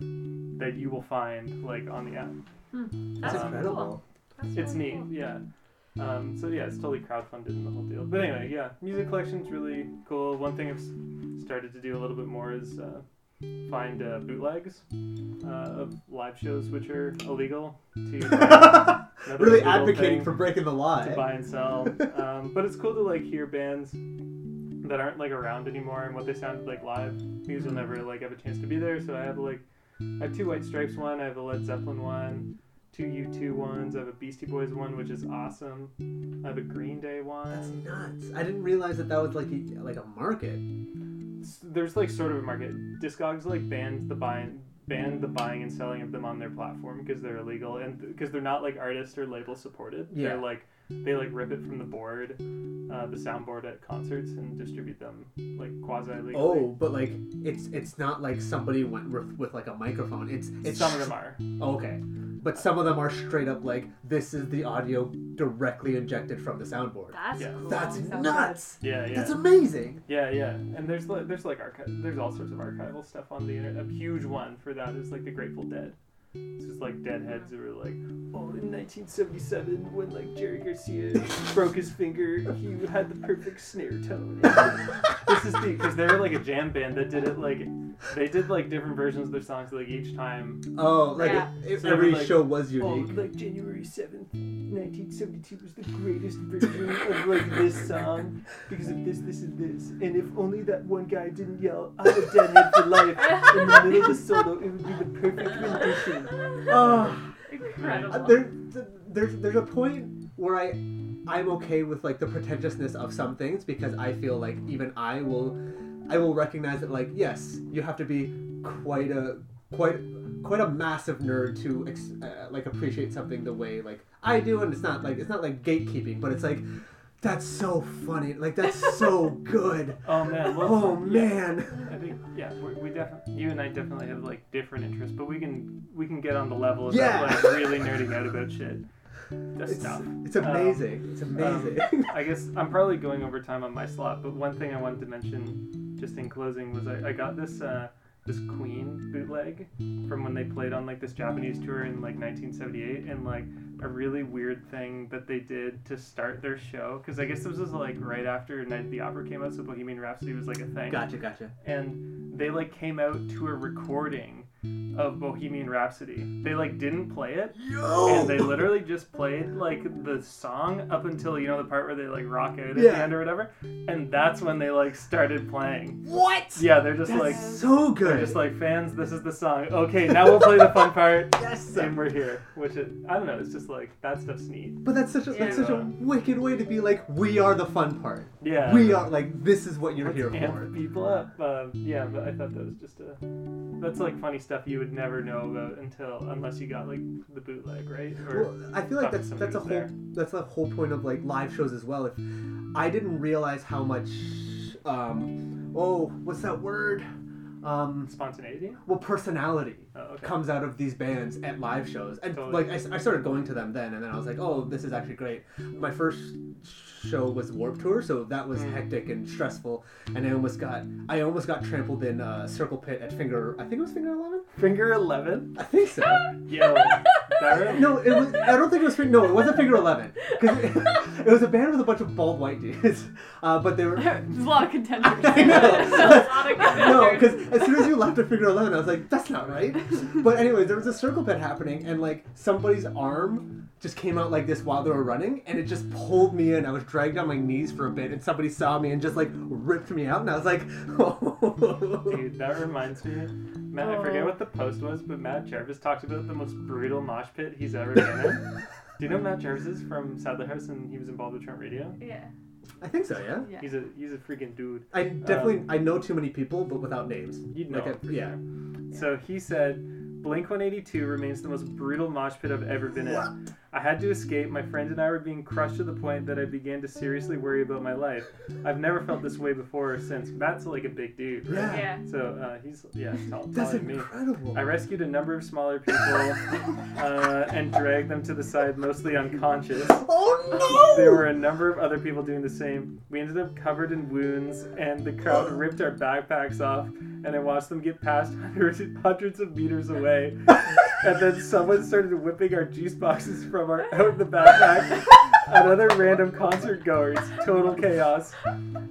[SPEAKER 4] that you will find like on the app
[SPEAKER 3] That's
[SPEAKER 4] um,
[SPEAKER 3] cool. (laughs) That's
[SPEAKER 4] it's
[SPEAKER 3] really
[SPEAKER 4] neat
[SPEAKER 3] cool.
[SPEAKER 4] yeah um, so yeah it's totally crowdfunded and the whole deal but anyway yeah music collection's really cool one thing i've s- started to do a little bit more is uh, find uh, bootlegs uh, of live shows which are illegal to
[SPEAKER 2] (laughs)
[SPEAKER 4] uh, another
[SPEAKER 2] really
[SPEAKER 4] illegal
[SPEAKER 2] advocating
[SPEAKER 4] thing.
[SPEAKER 2] for breaking the law.
[SPEAKER 4] to
[SPEAKER 2] eh?
[SPEAKER 4] buy and sell. Um, but it's cool to like hear bands that aren't like around anymore and what they sounded like live because you'll never like have a chance to be there. So I have like I have two White Stripes one, I have a Led Zeppelin one, two U2 ones, I have a Beastie Boys one which is awesome. I have a Green Day
[SPEAKER 2] That's
[SPEAKER 4] one.
[SPEAKER 2] nuts. I didn't realize that that was like a, like a market.
[SPEAKER 4] S- There's like sort of a market. Discogs like banned the buying banned the buying and selling of them on their platform because they're illegal and because they're not like artist or label supported.
[SPEAKER 2] Yeah.
[SPEAKER 4] They're like they like rip it from the board, uh, the soundboard at concerts and distribute them like quasi legally.
[SPEAKER 2] Oh, but like it's it's not like somebody went with, with like a microphone. It's it's
[SPEAKER 4] some of them are.
[SPEAKER 2] Oh, okay, but some of them are straight up like this is the audio directly injected from the soundboard.
[SPEAKER 3] That's
[SPEAKER 4] Yeah.
[SPEAKER 3] cool.
[SPEAKER 2] That's
[SPEAKER 1] sounds
[SPEAKER 2] nuts.
[SPEAKER 4] Yeah, yeah,
[SPEAKER 2] That's amazing.
[SPEAKER 4] yeah, yeah. And there's like there's like archive there's all sorts of archival stuff on the internet. A huge one for that is like the Grateful Dead. It's just like deadheads who were like, oh, in 1977 when like Jerry Garcia broke his finger, he had the perfect snare
[SPEAKER 2] (laughs)
[SPEAKER 4] tone. (laughs) this is the because they were like a jam band that did it like they did like different versions of their songs like each time
[SPEAKER 2] Oh, like
[SPEAKER 3] Yeah.
[SPEAKER 2] it, it-
[SPEAKER 4] So
[SPEAKER 2] every
[SPEAKER 4] like,
[SPEAKER 2] show was unique.
[SPEAKER 4] Oh, like January 7th, 1972 was the greatest version of like this song because of this, this, and this. And if only that one guy didn't yell, I'm a deadhead for life in the middle of the solo, it would be
[SPEAKER 3] (laughs)
[SPEAKER 4] the perfect rendition.
[SPEAKER 2] Oh,
[SPEAKER 3] Incredible.
[SPEAKER 2] uh, there, th- there's there's a point where I I'm okay with like the pretentiousness of some things because I feel like even I will I will recognize that like yes you have to be quite a quite quite a massive nerd to ex- uh, like appreciate something the way like I do and it's not like it's not like gatekeeping but it's like that's so funny like
[SPEAKER 3] (laughs)
[SPEAKER 2] that's so good
[SPEAKER 4] Oh man, well,
[SPEAKER 2] oh
[SPEAKER 4] yeah,
[SPEAKER 2] man
[SPEAKER 4] I think yeah, we, we definitely you and I definitely have like different interests, but we can we can get on the level of
[SPEAKER 2] Yeah.
[SPEAKER 4] like really nerding out about shit. That's
[SPEAKER 2] it's,
[SPEAKER 4] tough.
[SPEAKER 2] it's amazing it's
[SPEAKER 4] um, (laughs)
[SPEAKER 2] amazing
[SPEAKER 4] I guess I'm probably going over time on my slot, but one thing I wanted to mention just in closing was I, I got this uh, this Queen bootleg from when they played on like this Japanese tour in like 1978, and like a really weird thing that they did to start their show because I guess this was like right after Night at the Opera came out, so Bohemian Rhapsody was like a thing
[SPEAKER 2] gotcha gotcha
[SPEAKER 4] and they like came out to a recording of Bohemian Rhapsody. They like didn't play it. And
[SPEAKER 2] Oh.
[SPEAKER 4] they literally just played like the song up until you know the part where they like rock out at the
[SPEAKER 2] Yeah.
[SPEAKER 4] end or whatever. And that's when they like started playing.
[SPEAKER 2] what
[SPEAKER 4] Yeah, they're just
[SPEAKER 2] That's
[SPEAKER 4] like
[SPEAKER 2] so
[SPEAKER 4] they're
[SPEAKER 2] good.
[SPEAKER 4] just like fans, this is the song. Okay, now we'll play the
[SPEAKER 2] (laughs)
[SPEAKER 4] fun part.
[SPEAKER 2] yes.
[SPEAKER 4] And we're here. Which it, I don't know, it's just like that stuff's neat.
[SPEAKER 2] But that's such a that's such a
[SPEAKER 4] Yeah.
[SPEAKER 2] wicked way to be like, we are the fun part.
[SPEAKER 4] Yeah.
[SPEAKER 2] We are like this is what you're
[SPEAKER 4] Let's
[SPEAKER 2] here
[SPEAKER 4] amp
[SPEAKER 2] for.
[SPEAKER 4] people up. Uh, yeah, but I thought that was just a. That's like funny stuff you would never know about until unless you got like the bootleg, right? Or
[SPEAKER 2] Well, I feel like
[SPEAKER 4] talk to
[SPEAKER 2] that's
[SPEAKER 4] somebody
[SPEAKER 2] that's a whole
[SPEAKER 4] who's there.
[SPEAKER 2] that's the whole point of like live shows as well. If I didn't realize how much um oh, what's that word? Um
[SPEAKER 4] spontaneity.
[SPEAKER 2] well personality
[SPEAKER 4] Oh, okay.
[SPEAKER 2] comes out of these bands at live shows. And
[SPEAKER 4] Totally.
[SPEAKER 2] like I, s- I started going to them then and then I was like, "Oh, this is actually great." My first show was Warp Tour, so that was
[SPEAKER 4] Mm.
[SPEAKER 2] hectic and stressful and I almost got I almost got trampled in uh, Circle Pit at Finger I think it was Finger 11.
[SPEAKER 4] Finger eleven.
[SPEAKER 2] I think so.
[SPEAKER 4] Yo, that (laughs)
[SPEAKER 2] no, it (laughs) was, I don't think it was Finger. No, it wasn't Finger Eleven. 'Cause it- It was a band with a bunch of bald white dudes, uh, but
[SPEAKER 1] (laughs)
[SPEAKER 2] they were
[SPEAKER 1] (laughs) There's a lot of contenders.
[SPEAKER 2] I
[SPEAKER 1] (laughs)
[SPEAKER 3] know. Sonic
[SPEAKER 2] no,
[SPEAKER 3] Adventure.
[SPEAKER 2] because as soon as you left to figure alone, I was like, that's not right. But anyways, there was a circle pit happening, and like somebody's arm just came out like this while they were running, and it just pulled me in. I was dragged on my knees for a bit, and somebody saw me and just like ripped me out, and I was like, oh.
[SPEAKER 4] Dude, that reminds me. Matt, I forget
[SPEAKER 1] Oh.
[SPEAKER 4] what the post was, but Matt Jarvis talked about the most brutal mosh pit he's ever been in. (laughs) Do you know Matt Jarvis is from Sadler House and he was involved with Trump Radio?
[SPEAKER 3] Yeah.
[SPEAKER 2] (laughs) I think so, yeah.
[SPEAKER 1] Yeah.
[SPEAKER 4] He's a he's a freaking dude.
[SPEAKER 2] I definitely
[SPEAKER 4] Um,
[SPEAKER 2] I know too many people, but without names.
[SPEAKER 4] You'd know.
[SPEAKER 2] Like, I- yeah.
[SPEAKER 4] So he said, Blink 182 remains the most brutal mosh pit I've ever been in. I had to escape. My friend and I were being crushed to the point that I began to seriously worry about my life. I've never felt this way before or since. Matt's like a big dude, right?
[SPEAKER 2] Yeah.
[SPEAKER 3] Yeah.
[SPEAKER 4] So uh, he's, yeah, tall,
[SPEAKER 2] That's
[SPEAKER 4] taller than me.
[SPEAKER 2] incredible.
[SPEAKER 4] I rescued a number of smaller people uh, and dragged them to the side, mostly unconscious.
[SPEAKER 2] oh no!
[SPEAKER 4] There were a number of other people doing the same. We ended up covered in wounds, and the crowd ripped our backpacks off, and I watched them get past (laughs) hundreds, hundreds of meters away. And then someone started whipping our juice boxes from our out of the backpack at other random concert goers. Total chaos.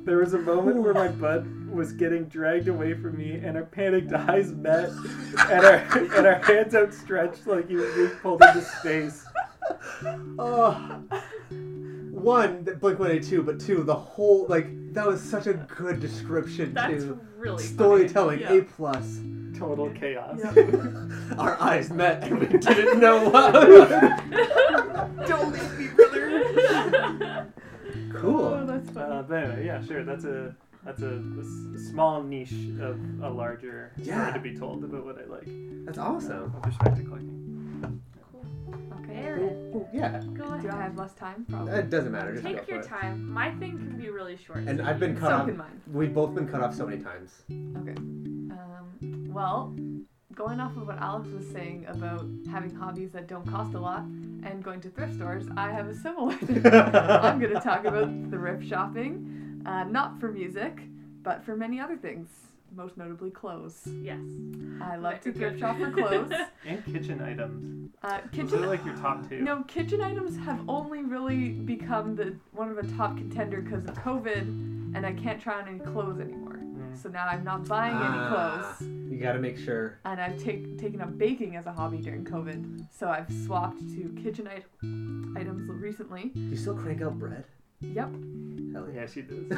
[SPEAKER 4] There was a moment where my bud was getting dragged away from me, and our panicked eyes met, and our and our hands outstretched like he was being pulled into space.
[SPEAKER 2] Oh. One, Blink 182, but two, the whole, like, that was such a good description,
[SPEAKER 3] That's
[SPEAKER 2] too.
[SPEAKER 3] really
[SPEAKER 2] Storytelling,
[SPEAKER 3] funny.
[SPEAKER 2] A plus.
[SPEAKER 4] Total chaos.
[SPEAKER 2] Our eyes met and we (laughs) didn't know what.
[SPEAKER 1] Don't leave me, brother.
[SPEAKER 2] (laughs)
[SPEAKER 3] Yeah.
[SPEAKER 1] Oh,
[SPEAKER 2] cool.
[SPEAKER 1] that's funny.
[SPEAKER 4] Uh, but anyway, yeah, sure. That's a that's a, a s- small niche of a larger
[SPEAKER 2] Yeah.
[SPEAKER 4] story to be told about what I like
[SPEAKER 2] That's
[SPEAKER 4] uh,
[SPEAKER 2] awesome.
[SPEAKER 4] with respect to collecting.
[SPEAKER 1] Okay.
[SPEAKER 3] Aaron,
[SPEAKER 2] Well, yeah,
[SPEAKER 3] go
[SPEAKER 1] Do I
[SPEAKER 3] ahead.
[SPEAKER 1] have less time? Probably.
[SPEAKER 2] it doesn't matter. Just go
[SPEAKER 3] Take
[SPEAKER 2] for
[SPEAKER 3] your
[SPEAKER 2] it.
[SPEAKER 3] time. My thing can be really short.
[SPEAKER 2] And
[SPEAKER 3] so
[SPEAKER 2] I've been
[SPEAKER 3] you-
[SPEAKER 2] cut
[SPEAKER 1] So
[SPEAKER 2] off.
[SPEAKER 1] can mine.
[SPEAKER 2] We've both been cut off so many (laughs) times.
[SPEAKER 1] Okay. Um, well, going off of what Alex was saying about having hobbies that don't cost a lot and going to thrift stores, I have a similar thing. I'm going to talk about thrift shopping, uh, not for music, but for many other things, most notably clothes.
[SPEAKER 3] Yes.
[SPEAKER 1] I love to
[SPEAKER 3] Very
[SPEAKER 1] thrift
[SPEAKER 3] good.
[SPEAKER 1] shop for (laughs) clothes.
[SPEAKER 4] And kitchen items.
[SPEAKER 1] Uh,
[SPEAKER 4] Those are
[SPEAKER 1] kitchen.
[SPEAKER 4] like your top two.
[SPEAKER 1] No, kitchen items have only really become the one of a top contender because of COVID, and I can't try on any clothes anymore.
[SPEAKER 4] Mm.
[SPEAKER 1] So now I'm not buying any
[SPEAKER 2] Ah.
[SPEAKER 1] clothes.
[SPEAKER 2] You gotta make sure.
[SPEAKER 1] and I've take, taken up baking as a hobby during COVID. So I've swapped to kitchen it- items recently.
[SPEAKER 2] You still crank out bread?
[SPEAKER 1] Yep.
[SPEAKER 2] Hell yeah.
[SPEAKER 4] Yeah, she does.
[SPEAKER 2] (laughs)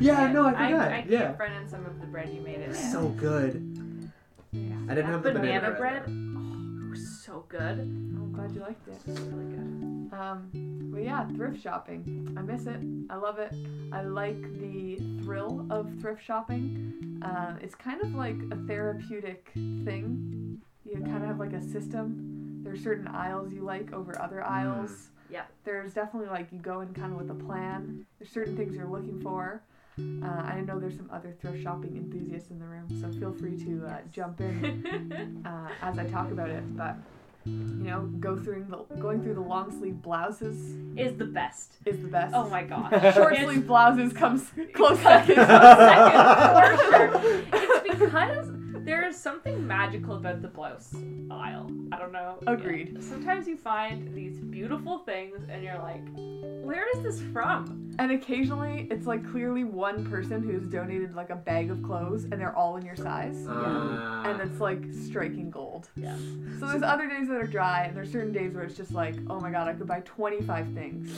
[SPEAKER 2] yeah, no, I
[SPEAKER 3] I,
[SPEAKER 2] forgot.
[SPEAKER 3] I
[SPEAKER 2] yeah.
[SPEAKER 3] friend in some of the bread you made it. in.
[SPEAKER 2] So good.
[SPEAKER 1] Oh,
[SPEAKER 3] Yeah.
[SPEAKER 2] I didn't
[SPEAKER 3] That
[SPEAKER 2] have the banana
[SPEAKER 3] banana
[SPEAKER 2] bread.
[SPEAKER 3] It was so
[SPEAKER 2] (laughs)
[SPEAKER 3] good. (laughs)
[SPEAKER 1] I'm glad you liked it.
[SPEAKER 3] It was really good.
[SPEAKER 1] Um, but yeah, thrift shopping. I miss it. I love it. I like the thrill of thrift shopping. Uh, it's kind of like a therapeutic thing. You kind of have like a system. There's certain aisles you like over other aisles.
[SPEAKER 3] Yep.
[SPEAKER 1] There's definitely like you go in kind of with a plan. There's certain things you're looking for. Uh, I know there's some other thrift shopping enthusiasts in the room, so feel free to uh, jump in uh, as I talk about it. But you know, go through the, going through the long sleeve blouses
[SPEAKER 3] is the best.
[SPEAKER 1] is the best.
[SPEAKER 3] Oh my
[SPEAKER 2] (laughs)
[SPEAKER 3] gosh.
[SPEAKER 1] Short
[SPEAKER 3] It's-
[SPEAKER 1] sleeve blouses comes
[SPEAKER 3] (laughs)
[SPEAKER 1] (laughs) close
[SPEAKER 3] Close
[SPEAKER 1] second.
[SPEAKER 3] second, for sure.
[SPEAKER 1] (laughs)
[SPEAKER 3] It's because there is something magical about the blouse aisle. I don't know.
[SPEAKER 1] Agreed.
[SPEAKER 3] Yeah. Sometimes you find these beautiful things and you're like, where is this
[SPEAKER 1] (laughs)
[SPEAKER 3] from?
[SPEAKER 1] and occasionally, it's like clearly one person who's donated like a bag of clothes, and they're all in your size.
[SPEAKER 2] Ah.
[SPEAKER 1] and it's like striking gold.
[SPEAKER 3] Yeah.
[SPEAKER 1] So there's other days that are dry, and there's certain days where it's just like, oh my god, I could buy 25 things,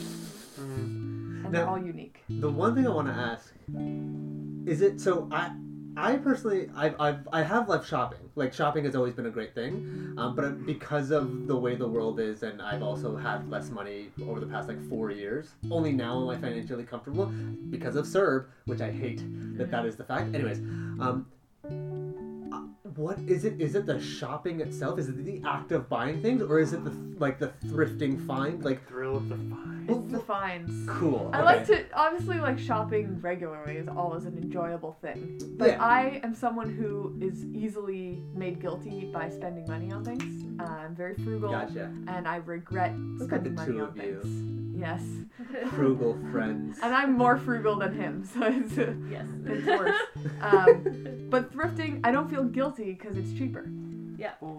[SPEAKER 4] Mm.
[SPEAKER 1] and they're
[SPEAKER 2] Now-
[SPEAKER 1] all unique.
[SPEAKER 2] The one thing I want to ask is it so I I personally I've, I've I have left shopping like shopping has always been a great thing um, but because of the way the world is and I've also had less money over the past like four years only now am I financially comfortable because of Serb which I hate that that is the fact anyways um, uh, what is it is it the shopping itself is it the act of buying things or is it the like the thrifting find like
[SPEAKER 4] Thrill of the find.
[SPEAKER 1] It's the finds.
[SPEAKER 2] cool
[SPEAKER 1] I like
[SPEAKER 2] okay.
[SPEAKER 1] to obviously like shopping regularly is always an enjoyable thing, but
[SPEAKER 2] Yeah.
[SPEAKER 1] I am someone who is easily made guilty by spending money on things. Uh, I'm very frugal,
[SPEAKER 2] gotcha
[SPEAKER 1] and I regret
[SPEAKER 2] Look at the
[SPEAKER 1] spending money
[SPEAKER 2] two
[SPEAKER 1] on
[SPEAKER 2] of you.
[SPEAKER 1] things. Yes,
[SPEAKER 2] frugal friends.
[SPEAKER 1] and I'm more frugal than him, (laughs)
[SPEAKER 2] (laughs)
[SPEAKER 1] so it's,
[SPEAKER 3] yes.
[SPEAKER 1] it's
[SPEAKER 3] (laughs)
[SPEAKER 1] worse. Um, but thrifting, I don't feel guilty because it's cheaper.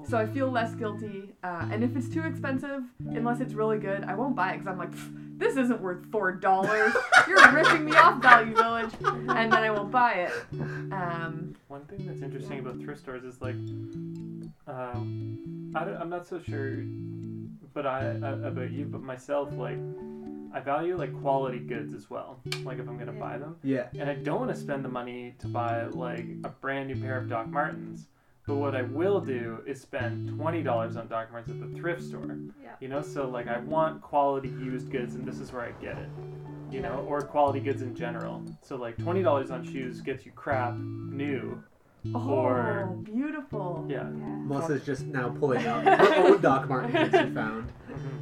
[SPEAKER 1] So I feel less guilty. Uh, and if it's too expensive, unless it's really good, I won't buy it because I'm like, "Pff, this isn't worth four dollars. (laughs) You're ripping me off, Value Village, and then I won't buy it. Um,
[SPEAKER 4] One thing that's interesting about thrift stores is like, um, I am not so sure, but I uh, about you, but myself, like, I value like quality goods as well. Like if I'm gonna buy them,
[SPEAKER 2] Yeah.
[SPEAKER 4] and I don't want to spend the money to buy like a brand new pair of Doc Martens. But what I will do is spend twenty dollars on Doc Martens at the thrift store.
[SPEAKER 3] Yeah.
[SPEAKER 4] You know, so like I want quality used goods, and this is where I get it. You know, or quality goods in general. So like twenty dollars on shoes gets you crap new.
[SPEAKER 1] oh,
[SPEAKER 4] Or-
[SPEAKER 1] beautiful.
[SPEAKER 4] Yeah.
[SPEAKER 2] Melissa's just now pulling
[SPEAKER 1] (laughs)
[SPEAKER 2] up her own Doc Martens that she found.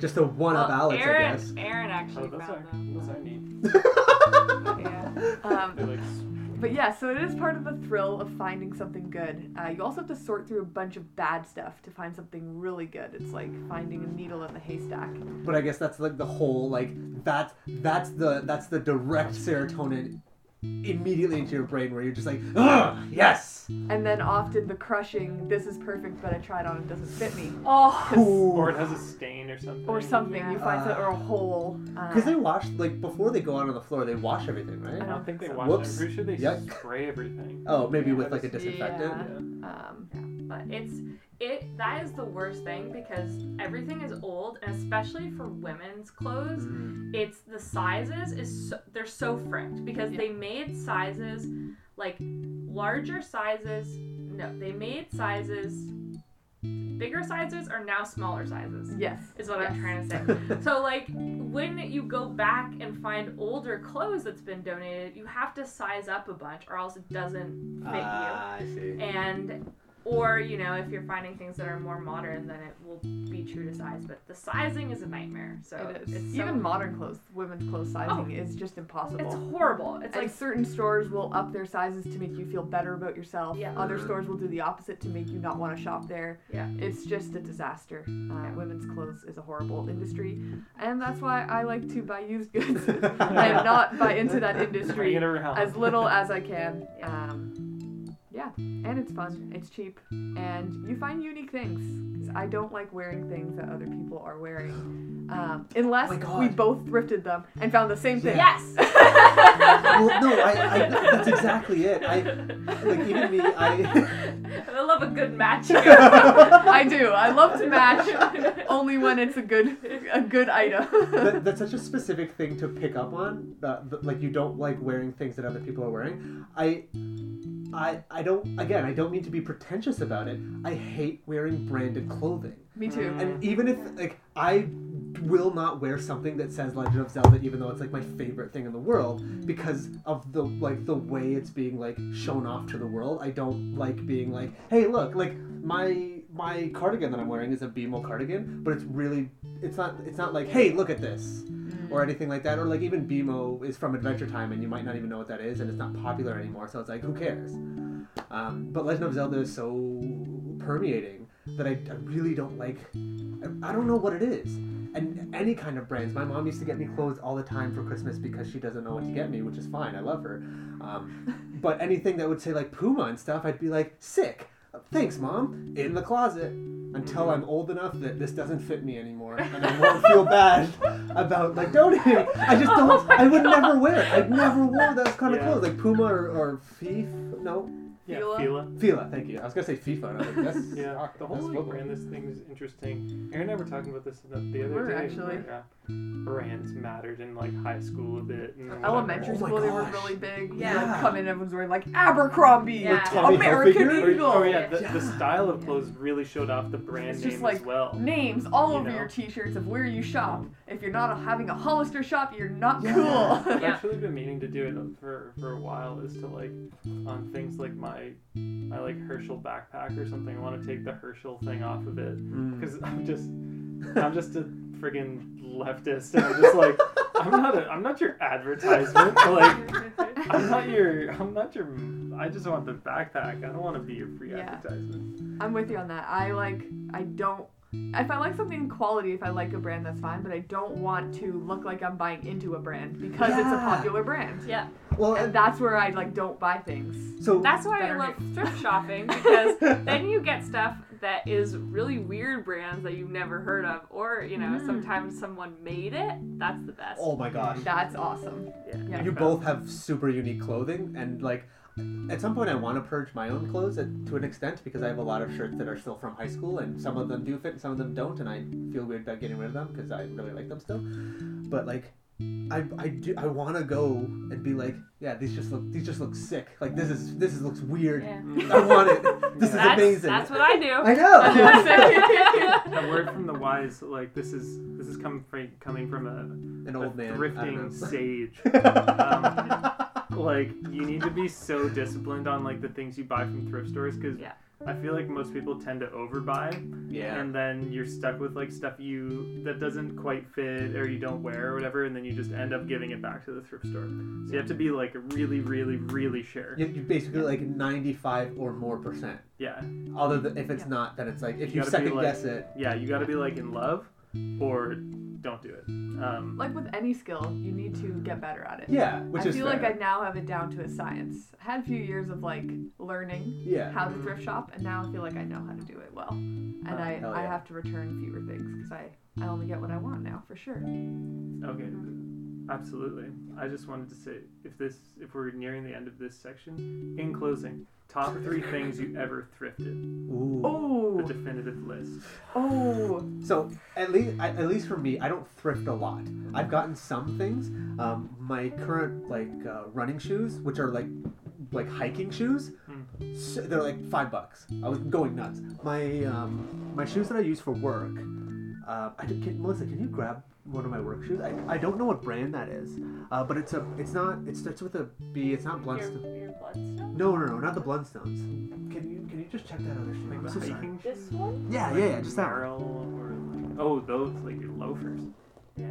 [SPEAKER 2] Just a one
[SPEAKER 1] Oh,
[SPEAKER 2] up
[SPEAKER 3] Well,
[SPEAKER 2] Alex,
[SPEAKER 3] Aaron,
[SPEAKER 2] I guess.
[SPEAKER 3] Aaron
[SPEAKER 4] Mm-hmm. Oh,
[SPEAKER 3] actually
[SPEAKER 4] those are
[SPEAKER 3] found them.
[SPEAKER 4] those are neat.
[SPEAKER 3] Yeah.
[SPEAKER 1] (laughs) Um,
[SPEAKER 2] (laughs)
[SPEAKER 4] They're like
[SPEAKER 1] But yeah, so it is part of the thrill of finding something good. Uh, you also have to sort through a bunch of bad stuff to find something really good. It's like finding a needle in the haystack.
[SPEAKER 2] But I guess that's like the whole like that's that's the that's the direct serotonin immediately into your brain where you're just like, Ugh, yes.
[SPEAKER 1] And then often the crushing, this is perfect, but I tried on it doesn't fit me.
[SPEAKER 3] Oh.
[SPEAKER 1] 'Cause-
[SPEAKER 4] or it has a stain or something.
[SPEAKER 1] or something you find
[SPEAKER 2] Yeah.
[SPEAKER 1] some- or a hole. Uh,
[SPEAKER 2] Because they wash like before they go out on the floor, they wash everything,
[SPEAKER 4] I
[SPEAKER 2] right?
[SPEAKER 4] don't think they
[SPEAKER 1] So-
[SPEAKER 4] wash it. I'm
[SPEAKER 2] Whoops.
[SPEAKER 4] pretty sure they
[SPEAKER 2] Yuck.
[SPEAKER 4] spray everything.
[SPEAKER 2] Oh, maybe
[SPEAKER 4] Yeah,
[SPEAKER 2] with like a
[SPEAKER 4] that's-
[SPEAKER 2] disinfectant.
[SPEAKER 1] Yeah.
[SPEAKER 4] Yeah.
[SPEAKER 1] um,
[SPEAKER 3] But it's it that is the worst thing because everything is old, and especially for women's clothes,
[SPEAKER 2] Mm.
[SPEAKER 3] it's the sizes is so, they're so fricked because
[SPEAKER 1] Yeah.
[SPEAKER 3] they made sizes like larger sizes. No, they made sizes. Bigger sizes are now smaller sizes.
[SPEAKER 1] yes.
[SPEAKER 3] Is what I'm
[SPEAKER 1] Yes.
[SPEAKER 3] trying to say.
[SPEAKER 1] (laughs)
[SPEAKER 3] So like when you go back and find older clothes that's been donated, you have to size up a bunch or else it doesn't fit
[SPEAKER 2] Ah, I see.
[SPEAKER 3] you. And or you know if you're finding things that are more modern, then it will be true to size. But the sizing is a nightmare. So
[SPEAKER 1] It is.
[SPEAKER 3] it's so- Oh.
[SPEAKER 1] Even modern clothes, women's clothes sizing is just impossible.
[SPEAKER 3] it's horrible. It's
[SPEAKER 1] It's like
[SPEAKER 3] like
[SPEAKER 1] certain stores will up their sizes to make you feel better about yourself.
[SPEAKER 3] Yeah.
[SPEAKER 1] Other
[SPEAKER 2] Mhm.
[SPEAKER 1] stores will do the opposite to make you not want to shop there.
[SPEAKER 3] Yeah.
[SPEAKER 1] It's just a disaster. Uh,
[SPEAKER 3] Yeah.
[SPEAKER 1] Women's clothes is a horrible industry, and that's why I like to buy
[SPEAKER 2] (laughs)
[SPEAKER 1] used goods. (laughs) I am not buy into that
[SPEAKER 4] Bring it
[SPEAKER 1] industry
[SPEAKER 4] around.
[SPEAKER 1] as little as I can.
[SPEAKER 3] Yeah.
[SPEAKER 1] Um, yeah, and it's fun. It's cheap, and you find unique things. 'Cause I don't like wearing things that other people are wearing, um, unless
[SPEAKER 2] God.
[SPEAKER 1] we both thrifted them and found the same thing.
[SPEAKER 3] yes.
[SPEAKER 2] (laughs) well,
[SPEAKER 3] (laughs)
[SPEAKER 2] no, I, I, that's exactly it. I like even me. I
[SPEAKER 3] (laughs) I love a good match.
[SPEAKER 2] (laughs)
[SPEAKER 1] I do. I love to match.
[SPEAKER 3] Oh.
[SPEAKER 1] only when it's a good a good item.
[SPEAKER 2] that, that's such a specific thing to pick up on. That, that, like you don't like wearing things that other people are wearing. I, I, I don't. Again, I don't mean to be pretentious about it. I hate wearing branded clothing.
[SPEAKER 1] (laughs) Me too.
[SPEAKER 2] And even if like I will not wear something that says Legend of Zelda, even though it's like my favorite thing in the world, because of the like the way it's being like shown off to the world. I don't like being like, hey, look, like my my cardigan that I'm wearing is a BMO cardigan, but it's really it's not it's not like, hey, look at this. Or anything like that, or like even BMO is from Adventure Time, and you might not even know what that is, and it's not popular anymore. So it's like, who cares? Um, but Legend of Zelda is so permeating that I, I really don't like. I, I don't know what it is. And any kind of brands. My mom used to get me clothes all the time for Christmas because she doesn't know what to get me, which is fine. I love her. Um, but anything that would say like Puma and stuff, I'd be like, sick. Thanks, mom. In the closet. Until I'm old enough that this doesn't fit me anymore, and I won't feel bad about like donating. I just don't. I would never wear it. I'd never wear those kind
[SPEAKER 4] Yeah.
[SPEAKER 2] of clothes, like Puma or, or Fief. No,
[SPEAKER 4] yeah,
[SPEAKER 1] Fila.
[SPEAKER 4] Fila.
[SPEAKER 2] Fila, thank you. I was gonna say FIFA. and I was like, that's
[SPEAKER 4] Yeah, the whole
[SPEAKER 2] that's
[SPEAKER 4] like,
[SPEAKER 2] football.
[SPEAKER 4] brand this thing is interesting. Aaron and I were talking about this the, the other
[SPEAKER 1] We're
[SPEAKER 4] day.
[SPEAKER 1] actually-
[SPEAKER 4] where, uh, brands mattered in like high school a bit. And whatever.
[SPEAKER 1] Elementary
[SPEAKER 2] Oh my
[SPEAKER 1] school, they were
[SPEAKER 2] gosh.
[SPEAKER 1] really big.
[SPEAKER 3] Yeah.
[SPEAKER 1] Yeah. come in, everyone's wearing like Abercrombie,
[SPEAKER 3] Yeah. Or
[SPEAKER 2] Tommy
[SPEAKER 1] American
[SPEAKER 2] Hilfiger.
[SPEAKER 4] Or-
[SPEAKER 1] Eagle.
[SPEAKER 4] oh yeah, the, the
[SPEAKER 2] Yeah.
[SPEAKER 4] style of clothes really showed off the brand
[SPEAKER 1] It's
[SPEAKER 4] name
[SPEAKER 1] just
[SPEAKER 4] as
[SPEAKER 1] like
[SPEAKER 4] well.
[SPEAKER 1] Names all
[SPEAKER 4] You
[SPEAKER 1] over
[SPEAKER 4] know.
[SPEAKER 1] your T-shirts of where you shop. If you're not having a Hollister shop, you're not
[SPEAKER 2] Yeah.
[SPEAKER 1] cool. (laughs)
[SPEAKER 2] (laughs)
[SPEAKER 4] I've
[SPEAKER 3] Yeah.
[SPEAKER 4] actually been meaning to do it for for a while. Is to like on things like my my like Herschel backpack or something. I want to take the Herschel thing off of it (laughs)
[SPEAKER 2] Mm.
[SPEAKER 4] because I'm just I'm just a friggin' leftist and I'm just like I'm not a, I'm not your advertisement. like I'm not your. I'm not your. I just want the backpack. I don't want to be your free
[SPEAKER 1] Yeah.
[SPEAKER 4] advertisement.
[SPEAKER 1] I'm with you on that. I like. I don't. If I like something quality, if I like a brand, that's fine. But I don't want to look like I'm buying into a brand because it's a
[SPEAKER 2] Yeah.
[SPEAKER 1] popular brand.
[SPEAKER 3] yeah.
[SPEAKER 2] (laughs) Well,
[SPEAKER 1] And
[SPEAKER 2] and
[SPEAKER 1] that's where I like don't buy things.
[SPEAKER 2] so
[SPEAKER 3] That's why I
[SPEAKER 2] (laughs)
[SPEAKER 1] Better
[SPEAKER 3] love thrift shopping because then you get stuff that is really weird brands that you've never heard of, or you know,
[SPEAKER 1] Mm.
[SPEAKER 3] sometimes someone made it. That's the best.
[SPEAKER 2] Oh my gosh.
[SPEAKER 1] That's awesome. Yeah.
[SPEAKER 2] You both have super unique clothing, and like, at some point, I want to purge my own clothes at, to an extent because I have a lot of shirts that are still from high school, and some of them do fit, and some of them don't, and I feel weird about getting rid of them because I really like them still. But like, I I do I want to go and be like, yeah, these just look these just look sick. Like this is this is, looks weird.
[SPEAKER 3] Yeah.
[SPEAKER 2] I want
[SPEAKER 3] (laughs)
[SPEAKER 2] it. This is
[SPEAKER 3] That's,
[SPEAKER 2] amazing.
[SPEAKER 3] that's what I
[SPEAKER 2] (laughs)
[SPEAKER 3] do. (laughs)
[SPEAKER 2] I know.
[SPEAKER 4] (laughs) A word from the wise, like this is this is coming from coming from a,
[SPEAKER 2] An
[SPEAKER 4] a
[SPEAKER 2] old man. I don't
[SPEAKER 4] thrifting
[SPEAKER 2] know. (laughs)
[SPEAKER 4] sage. Um, like you need to be so disciplined on like the things you buy from thrift stores because
[SPEAKER 3] Yeah.
[SPEAKER 4] I feel like most people tend to overbuy,
[SPEAKER 2] yeah.
[SPEAKER 4] and then you're stuck with like stuff you that doesn't quite fit or you don't wear or whatever, and then you just end up giving it back to the thrift store. So you have to be like really, really, really sure.
[SPEAKER 2] You, you basically like ninety five or more percent.
[SPEAKER 4] Yeah,
[SPEAKER 2] Other than if it's
[SPEAKER 3] Yeah.
[SPEAKER 2] not, then it's like if
[SPEAKER 4] You
[SPEAKER 2] you,
[SPEAKER 4] gotta be,
[SPEAKER 2] second
[SPEAKER 4] like-
[SPEAKER 2] guess it.
[SPEAKER 4] yeah, you got to be like in love, or don't do it. Um,
[SPEAKER 1] like with any skill, you need to get better at it.
[SPEAKER 2] Yeah, which
[SPEAKER 1] I
[SPEAKER 2] is
[SPEAKER 1] feel
[SPEAKER 2] fair.
[SPEAKER 1] like I now have it down to a science. I had a few years of like learning
[SPEAKER 2] yeah.
[SPEAKER 1] how to thrift shop, and now I feel like I know how to do it well. And
[SPEAKER 4] Oh,
[SPEAKER 1] I,
[SPEAKER 2] hell
[SPEAKER 1] I
[SPEAKER 2] yeah.
[SPEAKER 1] have to return fewer things because I, I only get what I want now for sure.
[SPEAKER 4] Okay, absolutely. I just wanted to say if this if we're nearing the end of this section, in closing, top three things you ever thrifted,
[SPEAKER 2] Ooh.
[SPEAKER 4] a
[SPEAKER 1] Oh,
[SPEAKER 4] definitive list.
[SPEAKER 1] oh,
[SPEAKER 2] So at least at at least for me, I don't thrift a lot. I've gotten some things. Um, my current like uh, running shoes, which are like like hiking shoes, so they're like five bucks. I was going nuts. My um, my shoes that I use for work. Uh, I did, can, Melissa, can you grab one of my work shoes? I, I don't know what brand that is, uh, but it's a it's not it starts with a B. It's not
[SPEAKER 3] Your,
[SPEAKER 2] Blundstone.
[SPEAKER 3] your bloodstone.
[SPEAKER 2] No, no, no, not the Blundstones. Can you can you just check that other shoe?
[SPEAKER 4] Like
[SPEAKER 2] I'm
[SPEAKER 4] the
[SPEAKER 2] so sorry.
[SPEAKER 4] hiking
[SPEAKER 3] This
[SPEAKER 4] shoes,
[SPEAKER 3] one.
[SPEAKER 2] Yeah,
[SPEAKER 4] like
[SPEAKER 2] yeah, yeah, just that one.
[SPEAKER 4] Merrell or like oh those like your loafers.
[SPEAKER 3] Yeah.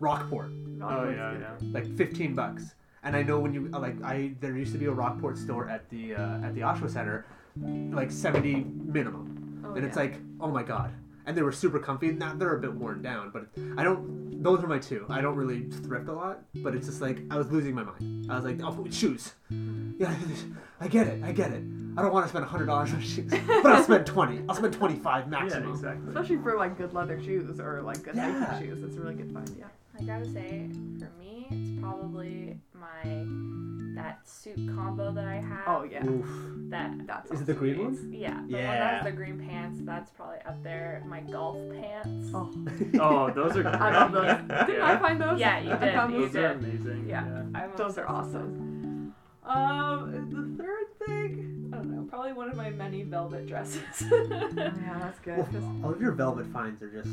[SPEAKER 2] Rockport.
[SPEAKER 4] Oh yeah, yeah.
[SPEAKER 2] like 15 bucks. And I know when you uh, like I there used to be a Rockport store at the uh, at the Oshawa Center, like 70 minimum,
[SPEAKER 3] Oh,
[SPEAKER 2] and it's
[SPEAKER 3] yeah.
[SPEAKER 2] like oh my god. And they were super comfy. Now they're a bit worn down, but I don't. Those are my two. I don't really thrift a lot, but it's just like I was losing my mind. I was like, oh, shoes. Yeah, (laughs) I get it. I get it. I don't want to spend hundred dollars on shoes, (laughs) but I'll spend twenty. I'll spend twenty-five
[SPEAKER 4] Yeah,
[SPEAKER 2] maximum.
[SPEAKER 4] exactly.
[SPEAKER 1] Especially for like good leather shoes or like good hiking
[SPEAKER 2] Yeah.
[SPEAKER 1] shoes, it's a really good find. Yeah.
[SPEAKER 3] I gotta say, for me, it's probably my that suit combo that I have.
[SPEAKER 1] Oh yeah,
[SPEAKER 2] Oof.
[SPEAKER 3] That
[SPEAKER 1] that's
[SPEAKER 2] Is it
[SPEAKER 1] awesome.
[SPEAKER 2] the green
[SPEAKER 3] it's-
[SPEAKER 2] one?
[SPEAKER 3] Yeah. The one that
[SPEAKER 2] Yeah.
[SPEAKER 3] has the green pants. That's probably up there. My golf pants.
[SPEAKER 1] Oh.
[SPEAKER 2] (laughs)
[SPEAKER 4] Oh, those are great.
[SPEAKER 1] (laughs) I love
[SPEAKER 3] (laughs)
[SPEAKER 1] those. Didn't I
[SPEAKER 4] Yeah.
[SPEAKER 1] find those?
[SPEAKER 3] Yeah, you
[SPEAKER 1] I
[SPEAKER 3] did,
[SPEAKER 1] found
[SPEAKER 3] you
[SPEAKER 1] those.
[SPEAKER 4] Those are
[SPEAKER 3] did.
[SPEAKER 4] amazing.
[SPEAKER 1] Yeah.
[SPEAKER 3] I'm
[SPEAKER 1] Those are
[SPEAKER 3] obsessed with
[SPEAKER 1] awesome.
[SPEAKER 3] those. Um, the third thing, I don't know, probably one of my many velvet dresses. (laughs)
[SPEAKER 1] Oh, yeah, that's good.
[SPEAKER 2] Well,
[SPEAKER 1] 'cause-
[SPEAKER 2] all of your velvet finds are just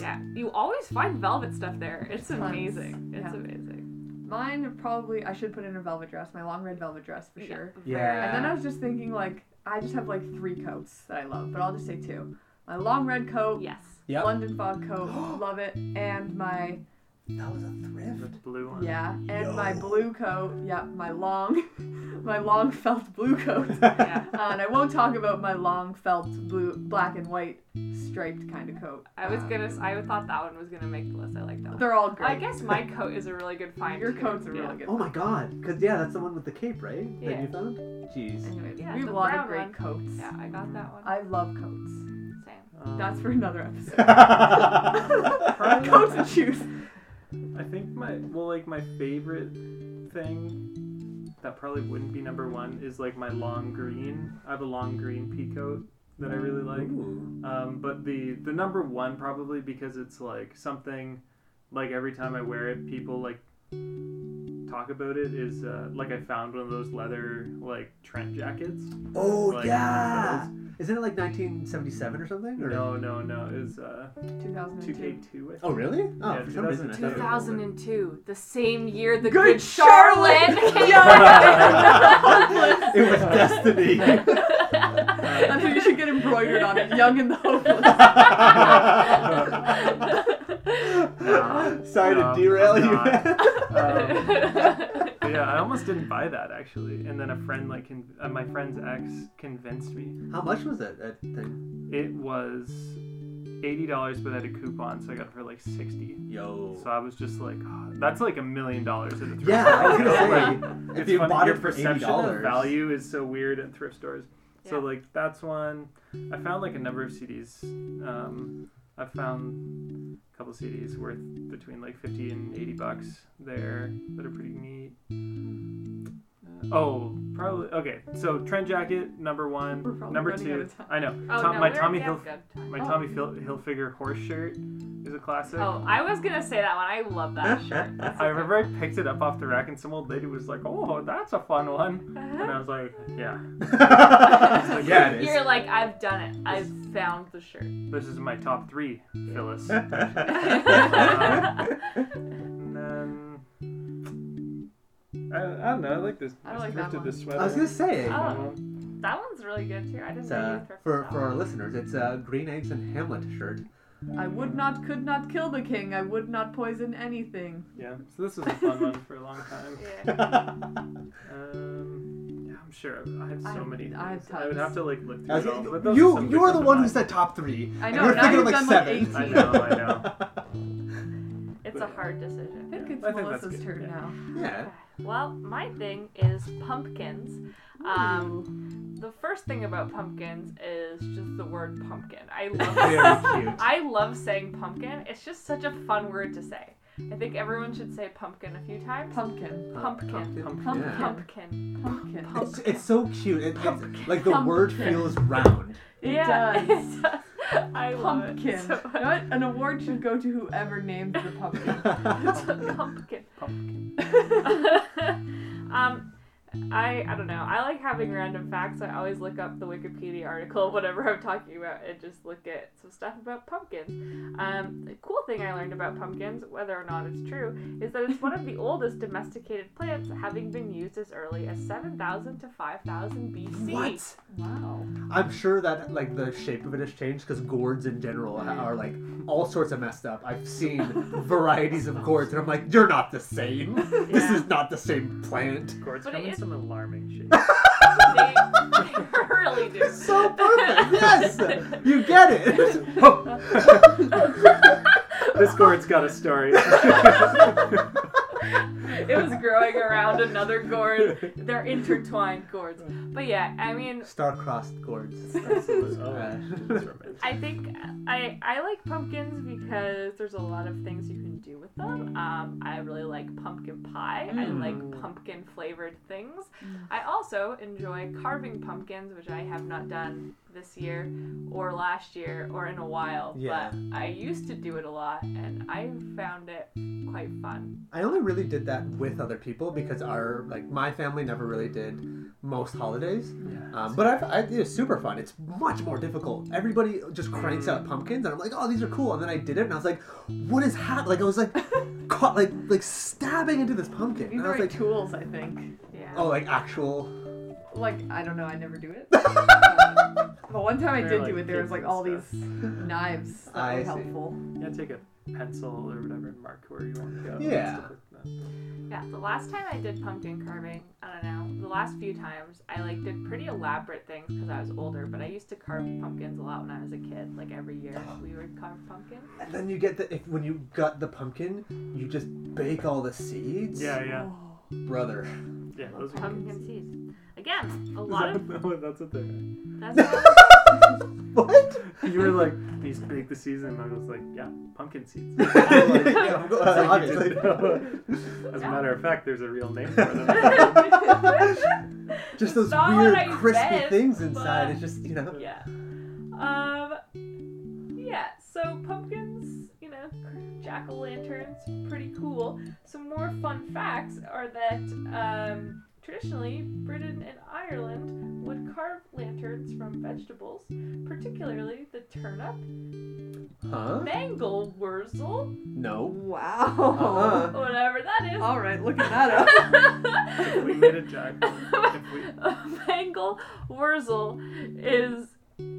[SPEAKER 3] yeah, you always find velvet stuff there. It's
[SPEAKER 1] Tons.
[SPEAKER 3] amazing. It's
[SPEAKER 1] Yeah.
[SPEAKER 3] amazing.
[SPEAKER 1] Mine are probably I should put in a velvet dress, my long red velvet dress for
[SPEAKER 3] Yeah.
[SPEAKER 1] sure.
[SPEAKER 2] Yeah.
[SPEAKER 1] And then I was just thinking like I just have like three coats that I love, but I'll just say two. My long red coat,
[SPEAKER 3] Yes.
[SPEAKER 2] Yep.
[SPEAKER 1] London fog coat,
[SPEAKER 3] (gasps)
[SPEAKER 1] love it, and my
[SPEAKER 2] that was a
[SPEAKER 4] The
[SPEAKER 2] thrift.
[SPEAKER 4] blue one.
[SPEAKER 1] yeah, and my
[SPEAKER 2] Yo.
[SPEAKER 1] blue coat. Yep, my long, (laughs) my long felt blue
[SPEAKER 2] (laughs)
[SPEAKER 1] coat.
[SPEAKER 3] Yeah.
[SPEAKER 1] Uh, and I won't talk about my long felt blue, black and white striped kind of coat.
[SPEAKER 3] I was
[SPEAKER 1] Um,
[SPEAKER 3] gonna. s- I thought that one was gonna make the list. I like that one.
[SPEAKER 1] They're all
[SPEAKER 3] I
[SPEAKER 1] great.
[SPEAKER 3] guess my coat is a really good find.
[SPEAKER 1] Your
[SPEAKER 3] too.
[SPEAKER 1] coats are really
[SPEAKER 3] Yeah.
[SPEAKER 1] good.
[SPEAKER 2] Oh my god, because yeah, that's the one with the cape, right? That
[SPEAKER 3] Yeah.
[SPEAKER 2] you
[SPEAKER 3] (laughs)
[SPEAKER 2] found? (laughs) Jeez.
[SPEAKER 1] Anyways,
[SPEAKER 3] Yeah,
[SPEAKER 1] we have
[SPEAKER 3] the
[SPEAKER 1] a lot
[SPEAKER 3] brown
[SPEAKER 1] of great
[SPEAKER 3] one.
[SPEAKER 1] coats.
[SPEAKER 3] Yeah, I got that one.
[SPEAKER 1] I love coats.
[SPEAKER 3] Same.
[SPEAKER 4] Um,
[SPEAKER 1] That's for another
[SPEAKER 2] (laughs)
[SPEAKER 1] episode.
[SPEAKER 2] Perfect.
[SPEAKER 1] coats and shoes.
[SPEAKER 4] I think my well, like my favorite thing that probably wouldn't be number one is like my long green. I have a long green peacoat that I really like.
[SPEAKER 2] Ooh.
[SPEAKER 4] Um, but the the number one probably because it's like something like every time I wear it, people like talk about it is uh, like I found one of those leather like trench jackets.
[SPEAKER 2] Oh
[SPEAKER 4] Like,
[SPEAKER 2] yeah. Isn't it like 1977 or something? Or?
[SPEAKER 4] No, no, no. It was uh,
[SPEAKER 1] 2002.
[SPEAKER 4] 2K2. I think.
[SPEAKER 2] Oh really? Oh,
[SPEAKER 4] Yeah,
[SPEAKER 2] for some reason. I thought it was
[SPEAKER 3] 2002, the same year the
[SPEAKER 1] Good
[SPEAKER 3] Good,
[SPEAKER 1] Charlotte
[SPEAKER 3] Charlotte
[SPEAKER 1] came
[SPEAKER 3] came
[SPEAKER 1] out.
[SPEAKER 3] out.
[SPEAKER 2] older. (laughs) It
[SPEAKER 3] (laughs)
[SPEAKER 2] was destiny. (laughs)
[SPEAKER 1] That's what you should get embroidered on it. Young and the hopeless.
[SPEAKER 2] Sorry
[SPEAKER 4] No,
[SPEAKER 2] to derail
[SPEAKER 4] not.
[SPEAKER 2] you.
[SPEAKER 4] Um, But yeah, I almost didn't buy that actually, and then a friend like con- uh, my friend's ex convinced me.
[SPEAKER 2] (laughs) How much was that, that thing?
[SPEAKER 4] It was eighty dollars, but I had a coupon, so I got it for like sixty.
[SPEAKER 2] Yo.
[SPEAKER 4] So I was just like, "Ah, that's like a million dollars at a thrift
[SPEAKER 2] Yeah,
[SPEAKER 4] store.
[SPEAKER 2] I was
[SPEAKER 4] you know?
[SPEAKER 2] gonna
[SPEAKER 4] (laughs) Like,
[SPEAKER 2] say.
[SPEAKER 4] it's
[SPEAKER 2] if you
[SPEAKER 4] funny,
[SPEAKER 2] bought
[SPEAKER 4] your
[SPEAKER 2] it for eighty (laughs)
[SPEAKER 4] perception of
[SPEAKER 2] dollars,
[SPEAKER 4] value is so weird at thrift stores. So
[SPEAKER 3] Yeah.
[SPEAKER 4] like that's one. I found like a number of CDs. Um, I found a couple CDs worth between like fifty and eighty bucks there that are pretty neat. Uh, oh, probably okay. So Trend Jacket number one.
[SPEAKER 1] We're probably
[SPEAKER 4] number
[SPEAKER 1] running out
[SPEAKER 4] two.
[SPEAKER 1] of time.
[SPEAKER 4] I know.
[SPEAKER 3] Oh,
[SPEAKER 4] Tom-
[SPEAKER 3] no,
[SPEAKER 4] my
[SPEAKER 3] we're
[SPEAKER 4] Tommy
[SPEAKER 3] at
[SPEAKER 4] Hill.
[SPEAKER 3] Gab Gab
[SPEAKER 4] My
[SPEAKER 3] time.
[SPEAKER 4] Tommy Phil- Hilfiger horse shirt is a classic.
[SPEAKER 3] Oh, I was gonna say that one. I love that shirt. That's a
[SPEAKER 4] I
[SPEAKER 3] good (laughs)
[SPEAKER 4] remember I
[SPEAKER 3] one.
[SPEAKER 4] picked it up off the rack and some old lady was like, "Oh, that's a fun one," and I was like, "Yeah,
[SPEAKER 2] Like, yeah, it
[SPEAKER 3] You're like, I've done it. I've found the
[SPEAKER 4] (laughs)
[SPEAKER 3] shirt.
[SPEAKER 4] this is my top three, (laughs) Phyllis."
[SPEAKER 3] (laughs)
[SPEAKER 4] And then I, I don't know. I like this.
[SPEAKER 3] I like that
[SPEAKER 4] thrifted
[SPEAKER 3] one.
[SPEAKER 4] this sweater.
[SPEAKER 2] I was gonna say.
[SPEAKER 3] Oh. that one's really good too. I didn't
[SPEAKER 2] It's,
[SPEAKER 3] know
[SPEAKER 2] uh,
[SPEAKER 3] you thrifted
[SPEAKER 2] for
[SPEAKER 3] that
[SPEAKER 2] for our
[SPEAKER 3] one.
[SPEAKER 2] listeners, it's a green eggs and Hamlet
[SPEAKER 4] (laughs)
[SPEAKER 2] shirt.
[SPEAKER 1] I would not, could not kill the king. I would not poison anything.
[SPEAKER 4] Yeah. So this was a fun one for a long
[SPEAKER 3] (laughs)
[SPEAKER 4] time.
[SPEAKER 3] Yeah.
[SPEAKER 2] I
[SPEAKER 4] Um, yeah, I'm sure I have so
[SPEAKER 1] I-
[SPEAKER 4] many.
[SPEAKER 1] I have
[SPEAKER 4] things. I would
[SPEAKER 1] tons.
[SPEAKER 4] have to like look through
[SPEAKER 2] was
[SPEAKER 4] it all.
[SPEAKER 2] gonna-
[SPEAKER 4] But those are
[SPEAKER 2] you
[SPEAKER 4] some
[SPEAKER 2] you
[SPEAKER 4] good
[SPEAKER 2] are the
[SPEAKER 4] stuff
[SPEAKER 2] one
[SPEAKER 4] in
[SPEAKER 2] who
[SPEAKER 4] mine.
[SPEAKER 2] said top three.
[SPEAKER 1] I
[SPEAKER 2] and
[SPEAKER 1] know,
[SPEAKER 2] We're
[SPEAKER 1] now
[SPEAKER 2] thinking
[SPEAKER 1] you've
[SPEAKER 2] of like
[SPEAKER 1] done, like,
[SPEAKER 2] seven.
[SPEAKER 1] 18. I
[SPEAKER 4] know, I know.
[SPEAKER 3] It's a hard decision.
[SPEAKER 1] I think
[SPEAKER 4] Yeah,
[SPEAKER 1] it's
[SPEAKER 4] I think that's
[SPEAKER 1] Melissa's
[SPEAKER 4] good,
[SPEAKER 1] turn
[SPEAKER 4] yeah.
[SPEAKER 2] (laughs)
[SPEAKER 1] now.
[SPEAKER 2] yeah.
[SPEAKER 3] Well, my thing is pumpkins. Um, the first thing about pumpkins is just the word pumpkin. I
[SPEAKER 1] (laughs)
[SPEAKER 3] love.
[SPEAKER 2] Very cute.
[SPEAKER 3] I love saying pumpkin. It's just such a fun word to say. I think everyone should say pumpkin a few times.
[SPEAKER 1] Pumpkin.
[SPEAKER 3] Pumpkin.
[SPEAKER 1] Pumpkin.
[SPEAKER 2] yeah.
[SPEAKER 3] Pumpkin.
[SPEAKER 1] Pumpkin.
[SPEAKER 3] Pump-
[SPEAKER 2] It's, it's so cute. It,
[SPEAKER 3] Pumpkin.
[SPEAKER 2] it's, like the word
[SPEAKER 1] Pumpkin.
[SPEAKER 2] feels round. (laughs)
[SPEAKER 1] It
[SPEAKER 3] yeah, (laughs)
[SPEAKER 1] does.
[SPEAKER 3] it does. I love
[SPEAKER 1] (laughs) Pumpkin.
[SPEAKER 3] It so
[SPEAKER 1] You know
[SPEAKER 3] much.
[SPEAKER 1] what? An award should go to whoever named the pumpkin.
[SPEAKER 3] It's a pumpkin.
[SPEAKER 4] Pumpkin.
[SPEAKER 3] (laughs) um, I I don't know. I like having random facts. I always look up the Wikipedia article whatever I'm talking about and just look at some stuff about pumpkins. Um, the cool thing I learned about pumpkins, whether or not it's true, is that it's one of the oldest domesticated plants, having been used as early as 7,000 to 5,000 BC.
[SPEAKER 2] what?
[SPEAKER 1] (laughs) wow.
[SPEAKER 2] I'm sure that like the shape of it has changed because gourds in general ha- are like all sorts of messed up. I've (laughs) seen varieties of gourds, and I'm like, you're not the same. This
[SPEAKER 3] Yeah.
[SPEAKER 2] is not the same plant.
[SPEAKER 4] Gourds
[SPEAKER 3] But
[SPEAKER 4] come
[SPEAKER 3] it
[SPEAKER 4] in
[SPEAKER 3] is-
[SPEAKER 4] some
[SPEAKER 2] (laughs)
[SPEAKER 4] alarming shapes.
[SPEAKER 3] They, they really do.
[SPEAKER 2] It's so perfect. (laughs) Yes, you get it. (laughs)
[SPEAKER 4] this gourd's got a story. (laughs) Oh,
[SPEAKER 3] it was growing around another gourd. They're intertwined gourds. But yeah, I mean,
[SPEAKER 2] Star-crossed gourds.
[SPEAKER 4] Absolutely. Oh,
[SPEAKER 2] Uh,
[SPEAKER 4] that's romantic.
[SPEAKER 3] I think I I like pumpkins because there's a lot of things you can do with them. Um, I really like pumpkin pie. I
[SPEAKER 2] Mm.
[SPEAKER 3] like pumpkin flavored things.
[SPEAKER 1] Mm.
[SPEAKER 3] I also enjoy carving pumpkins, which I have not done this year or last year or in a while.
[SPEAKER 2] Yeah.
[SPEAKER 3] But I used to do it a lot, and I found it quite fun.
[SPEAKER 2] I only really did that with other people because our like my family never really did most holidays.
[SPEAKER 4] Yeah.
[SPEAKER 2] Um, but I've, I, it's super fun. It's much more difficult. Everybody just cranks out pumpkins, and I'm like, oh, these are cool. And then I did it, and I was like, what is happening? Like I was
[SPEAKER 4] (laughs)
[SPEAKER 2] like, caught like like stabbing into this pumpkin.
[SPEAKER 1] You
[SPEAKER 2] And
[SPEAKER 1] need the
[SPEAKER 2] I was
[SPEAKER 1] right
[SPEAKER 2] like,
[SPEAKER 1] tools, I think.
[SPEAKER 3] Yeah.
[SPEAKER 2] oh, like actual.
[SPEAKER 4] (laughs)
[SPEAKER 1] Like, I don't know, I never
[SPEAKER 2] (laughs)
[SPEAKER 1] do it. Um, but one time I
[SPEAKER 4] They're
[SPEAKER 1] did
[SPEAKER 4] like
[SPEAKER 1] do it, there was
[SPEAKER 4] kids
[SPEAKER 1] like
[SPEAKER 4] and
[SPEAKER 1] all
[SPEAKER 4] stuff.
[SPEAKER 1] these knives that
[SPEAKER 2] I
[SPEAKER 1] were
[SPEAKER 2] see.
[SPEAKER 1] helpful.
[SPEAKER 4] Yeah, take a pencil or whatever and mark where you want to go. and
[SPEAKER 2] Yeah.
[SPEAKER 4] stuff like that.
[SPEAKER 3] Yeah, the last time I did pumpkin carving, I don't know, the last few times I like did pretty elaborate things because I was older, but I used to carve pumpkins a lot when I was a kid. Like every year
[SPEAKER 4] Oh.
[SPEAKER 3] we would carve pumpkins.
[SPEAKER 2] And then you get the if when you got the pumpkin, you just bake all the seeds.
[SPEAKER 4] Yeah, yeah,
[SPEAKER 1] Oh,
[SPEAKER 4] (laughs)
[SPEAKER 2] brother.
[SPEAKER 4] yeah. Those are
[SPEAKER 3] Pumpkin seeds. Again, a
[SPEAKER 4] Is
[SPEAKER 3] lot
[SPEAKER 4] that-
[SPEAKER 3] of
[SPEAKER 4] (laughs) no, that's what
[SPEAKER 2] (laughs)
[SPEAKER 4] they're.
[SPEAKER 3] that's
[SPEAKER 2] What?
[SPEAKER 4] You were like, these bake the season, and I was like, yeah, pumpkin
[SPEAKER 2] (laughs)
[SPEAKER 4] seeds.
[SPEAKER 2] Yeah,
[SPEAKER 4] It's like you
[SPEAKER 2] obviously.
[SPEAKER 4] (laughs) didn't know. As a matter of fact, there's a real name for them.
[SPEAKER 2] (laughs) just those
[SPEAKER 3] Saw what
[SPEAKER 2] weird
[SPEAKER 3] I
[SPEAKER 2] crispy
[SPEAKER 3] said,
[SPEAKER 2] things inside.
[SPEAKER 3] but-
[SPEAKER 2] It's just you know.
[SPEAKER 3] yeah. Um yeah, so pumpkins, you know, jack-o'-lanterns, pretty cool. Some more fun facts are that um, traditionally Britain and Ireland would carve lanterns from vegetables, particularly the turnip,
[SPEAKER 2] Huh?
[SPEAKER 3] mangle wurzel,
[SPEAKER 2] No.
[SPEAKER 1] Wow.
[SPEAKER 3] whatever that (laughs) is.
[SPEAKER 1] All right, looking that up.
[SPEAKER 4] If we made a jack.
[SPEAKER 3] (laughs)
[SPEAKER 4] If we,
[SPEAKER 3] A mangle wurzel is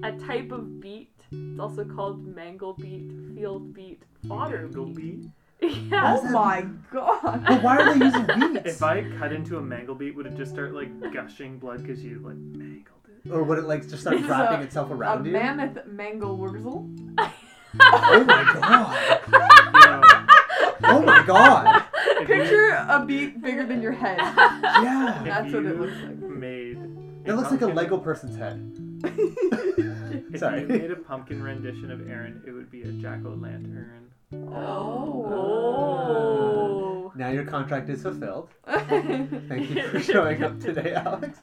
[SPEAKER 3] a type of beet. It's also called mangle beet, field beet, fodder
[SPEAKER 4] Mangle
[SPEAKER 3] beet.
[SPEAKER 4] beet.
[SPEAKER 3] (laughs) Yeah.
[SPEAKER 1] oh my god.
[SPEAKER 2] But why are they
[SPEAKER 4] (laughs)
[SPEAKER 2] using
[SPEAKER 4] If
[SPEAKER 2] beets?
[SPEAKER 4] I cut into a mangle beet, would it just start like gushing blood because you like mangled it?
[SPEAKER 2] Or would it like just start
[SPEAKER 1] It's
[SPEAKER 2] wrapping
[SPEAKER 1] a-
[SPEAKER 2] itself
[SPEAKER 1] A
[SPEAKER 2] around you?
[SPEAKER 1] mammoth mango wurzel.
[SPEAKER 2] Oh my god!
[SPEAKER 3] (laughs)
[SPEAKER 4] No.
[SPEAKER 2] Oh my god!
[SPEAKER 4] If you
[SPEAKER 1] Picture a beat bigger than your head.
[SPEAKER 2] Yeah.
[SPEAKER 1] That's what it looks like.
[SPEAKER 4] made
[SPEAKER 2] That looks like a Lego person's
[SPEAKER 4] (laughs)
[SPEAKER 2] head.
[SPEAKER 4] If
[SPEAKER 2] Sorry.
[SPEAKER 4] you made a pumpkin rendition of Aaron, it would be a jack o' lantern.
[SPEAKER 3] Oh.
[SPEAKER 2] Now your contract is fulfilled.
[SPEAKER 3] How
[SPEAKER 2] Thank you for showing up today, Alex.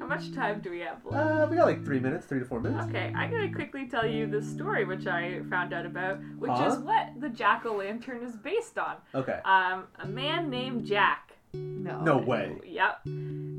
[SPEAKER 3] much time do we have left?
[SPEAKER 2] Uh, we got like three minutes, three to four minutes.
[SPEAKER 3] Okay, I'm gonna quickly tell you the story which I found out about, which is
[SPEAKER 2] Huh?
[SPEAKER 3] what the jack o' lantern is based on.
[SPEAKER 2] Okay.
[SPEAKER 3] Um, a man named Jack.
[SPEAKER 1] No.
[SPEAKER 2] No way.
[SPEAKER 3] Yep.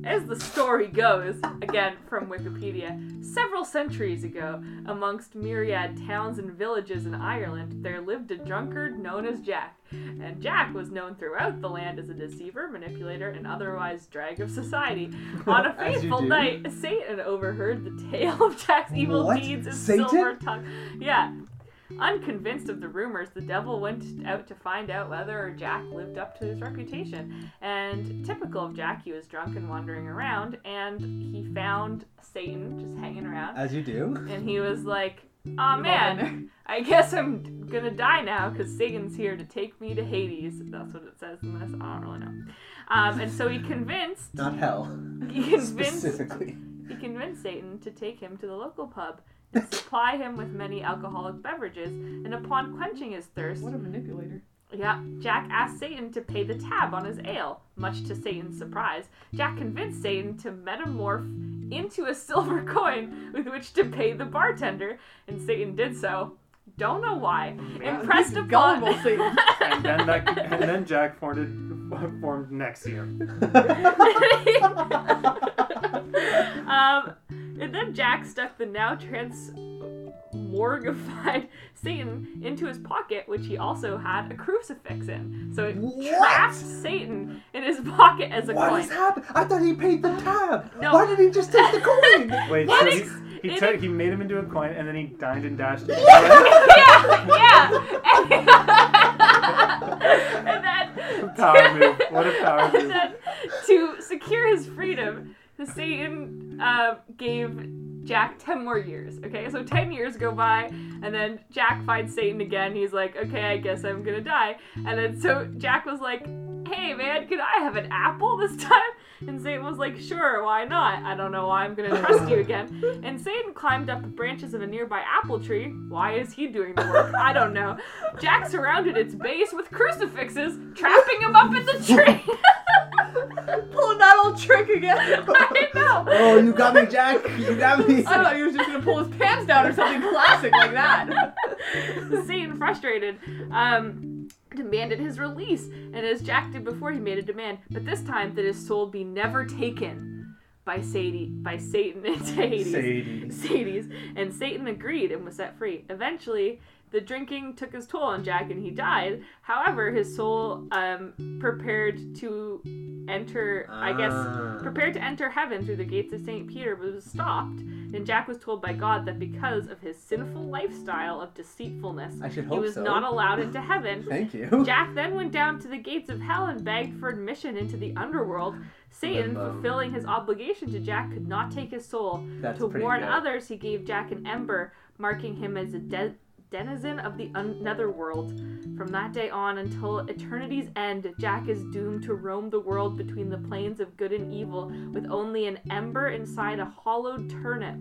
[SPEAKER 3] As the story goes, again from Wikipedia, several centuries ago, amongst myriad towns and villages in Ireland, there lived a drunkard known as Jack. And Jack was known throughout the land as a deceiver, manipulator, and otherwise drag of
[SPEAKER 2] (laughs)
[SPEAKER 3] society. On a
[SPEAKER 2] As you
[SPEAKER 3] fateful
[SPEAKER 2] do.
[SPEAKER 3] night, Satan overheard the tale of Jack's evil
[SPEAKER 2] What?
[SPEAKER 3] deeds and
[SPEAKER 2] Satan?
[SPEAKER 3] silver tongue. Yeah. Unconvinced of the rumors, the devil went out to find out whether Jack lived up to his reputation. And typical of Jack, he was drunk and wandering around, and he found Satan just hanging around.
[SPEAKER 2] As you do.
[SPEAKER 3] And he was like, Aw man, (laughs) I guess I'm gonna die now because Satan's here to take me to Hades. That's what it says in this. I don't really know. Um, and so he convinced,
[SPEAKER 2] Not hell.
[SPEAKER 3] he convinced,
[SPEAKER 2] Specifically.
[SPEAKER 3] he convinced Satan to take him to the local pub and supply him with many alcoholic beverages. And upon quenching his thirst,
[SPEAKER 1] What a manipulator.
[SPEAKER 3] yeah, Jack asked Satan to pay the tab on his ale. Much to Satan's surprise, Jack convinced Satan to metamorph into a silver (laughs) coin with which to pay the bartender, and Satan did so. Don't know why. Impressed
[SPEAKER 1] He's
[SPEAKER 3] upon
[SPEAKER 1] gullible, Satan.
[SPEAKER 4] And then that, and then Jack formed formed Nexium.
[SPEAKER 3] (laughs) um, and then Jack stuck the now transmorgified Satan into his pocket, which he also had a crucifix in. So it
[SPEAKER 2] What?
[SPEAKER 3] trapped Satan in his pocket as a
[SPEAKER 2] What
[SPEAKER 3] coin.
[SPEAKER 2] is happening? I thought he paid the tab.
[SPEAKER 3] No.
[SPEAKER 2] Why did he just take the coin?
[SPEAKER 4] Wait,
[SPEAKER 3] What
[SPEAKER 4] so
[SPEAKER 3] is-
[SPEAKER 4] he, he
[SPEAKER 3] it
[SPEAKER 4] took
[SPEAKER 3] is-
[SPEAKER 4] he made him into a coin, and then he dined and dashed.
[SPEAKER 3] (laughs) yeah, yeah. (laughs) and then
[SPEAKER 4] Power move. What a power
[SPEAKER 3] and
[SPEAKER 4] move.
[SPEAKER 3] then (laughs) to secure his freedom, Satan uh, gave Jack ten more years. Okay, so ten years go by, and then Jack finds Satan again. He's like, okay, I guess I'm gonna die. And then so Jack was like, hey man, could I have an apple this time? And Satan was like, sure, why not? I don't know why I'm gonna trust you again. And Satan climbed up the branches of a nearby apple tree. Why is he doing the work? I don't know. Jack surrounded its base with crucifixes, trapping him up in the tree.
[SPEAKER 1] Pulling that old trick
[SPEAKER 3] (laughs)
[SPEAKER 1] again.
[SPEAKER 3] I know.
[SPEAKER 2] Oh, you got me, Jack. You got me.
[SPEAKER 1] I thought he was just gonna pull his pants down or something classic like that.
[SPEAKER 3] Satan, frustrated, um, demanded his release, and as Jack did before, he made a demand, but this time that his soul be never taken by Sadie, by Satan into (laughs) Hades.
[SPEAKER 2] Sadie.
[SPEAKER 3] Sadie's, and Satan agreed and was set free. Eventually, the drinking took his toll on Jack and he died. However, his soul um, prepared to enter, I guess,
[SPEAKER 2] Ah.
[SPEAKER 3] prepared to enter heaven through the gates of St. Peter, but was stopped. And Jack was told by God that because of his sinful lifestyle of deceitfulness,
[SPEAKER 2] I should
[SPEAKER 3] he
[SPEAKER 2] hope
[SPEAKER 3] was
[SPEAKER 2] so.
[SPEAKER 3] not allowed into
[SPEAKER 2] (laughs)
[SPEAKER 3] heaven.
[SPEAKER 2] Thank you.
[SPEAKER 3] Jack then went down to the gates of hell and begged for admission into the underworld. Satan,
[SPEAKER 2] Limbo.
[SPEAKER 3] fulfilling his obligation to Jack, could not take his soul.
[SPEAKER 2] That's
[SPEAKER 3] to
[SPEAKER 2] pretty
[SPEAKER 3] warn
[SPEAKER 2] good.
[SPEAKER 3] others, he gave Jack an ember, marking him as a de- denizen of the un- netherworld. From that day on until eternity's end, Jack is doomed to roam the world between the plains of good and evil, with only an ember inside a hollowed turnip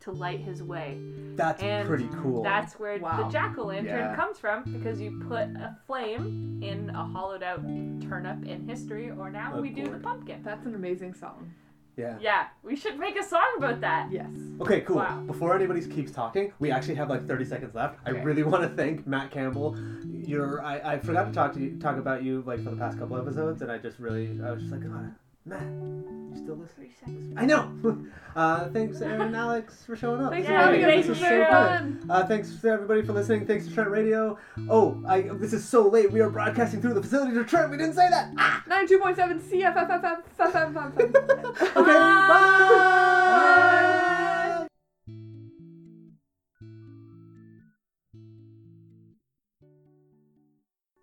[SPEAKER 3] to light his way.
[SPEAKER 2] That's
[SPEAKER 3] And
[SPEAKER 2] pretty cool.
[SPEAKER 3] That's where the
[SPEAKER 1] Wow.
[SPEAKER 3] jack o' lantern
[SPEAKER 2] Yeah.
[SPEAKER 3] comes from because you put a flame in a hollowed out turnip in history, or now
[SPEAKER 2] Of
[SPEAKER 3] we do the
[SPEAKER 2] course.
[SPEAKER 3] pumpkin.
[SPEAKER 1] That's an amazing song.
[SPEAKER 2] yeah.
[SPEAKER 3] Yeah, we should make a song about that.
[SPEAKER 1] Yes.
[SPEAKER 2] Okay, cool.
[SPEAKER 3] Wow.
[SPEAKER 2] Before anybody keeps talking, we actually have like 30 seconds left. I
[SPEAKER 3] Okay.
[SPEAKER 2] really (laughs) want to thank Matt Campbell. You're, I, I forgot to talk to you, talk about you like for the past couple episodes, and I just really, I was just like, oh, Matt, you still listening?
[SPEAKER 3] Three seconds.
[SPEAKER 2] I know. (laughs) Uh, thanks, Aaron
[SPEAKER 3] (laughs)
[SPEAKER 2] and Alex, for showing up.
[SPEAKER 1] Thanks
[SPEAKER 3] Yeah,
[SPEAKER 1] for having
[SPEAKER 3] thank
[SPEAKER 1] us.
[SPEAKER 3] you
[SPEAKER 1] This was so
[SPEAKER 3] very
[SPEAKER 1] fun.
[SPEAKER 2] Uh, thanks to everybody for listening. Thanks to Trent Radio. Oh, I, this is so late. We are broadcasting through the facilities of Trent. We didn't say that. Ah!
[SPEAKER 1] 92.7 CFFFFFFFFF.
[SPEAKER 2] Okay, bye.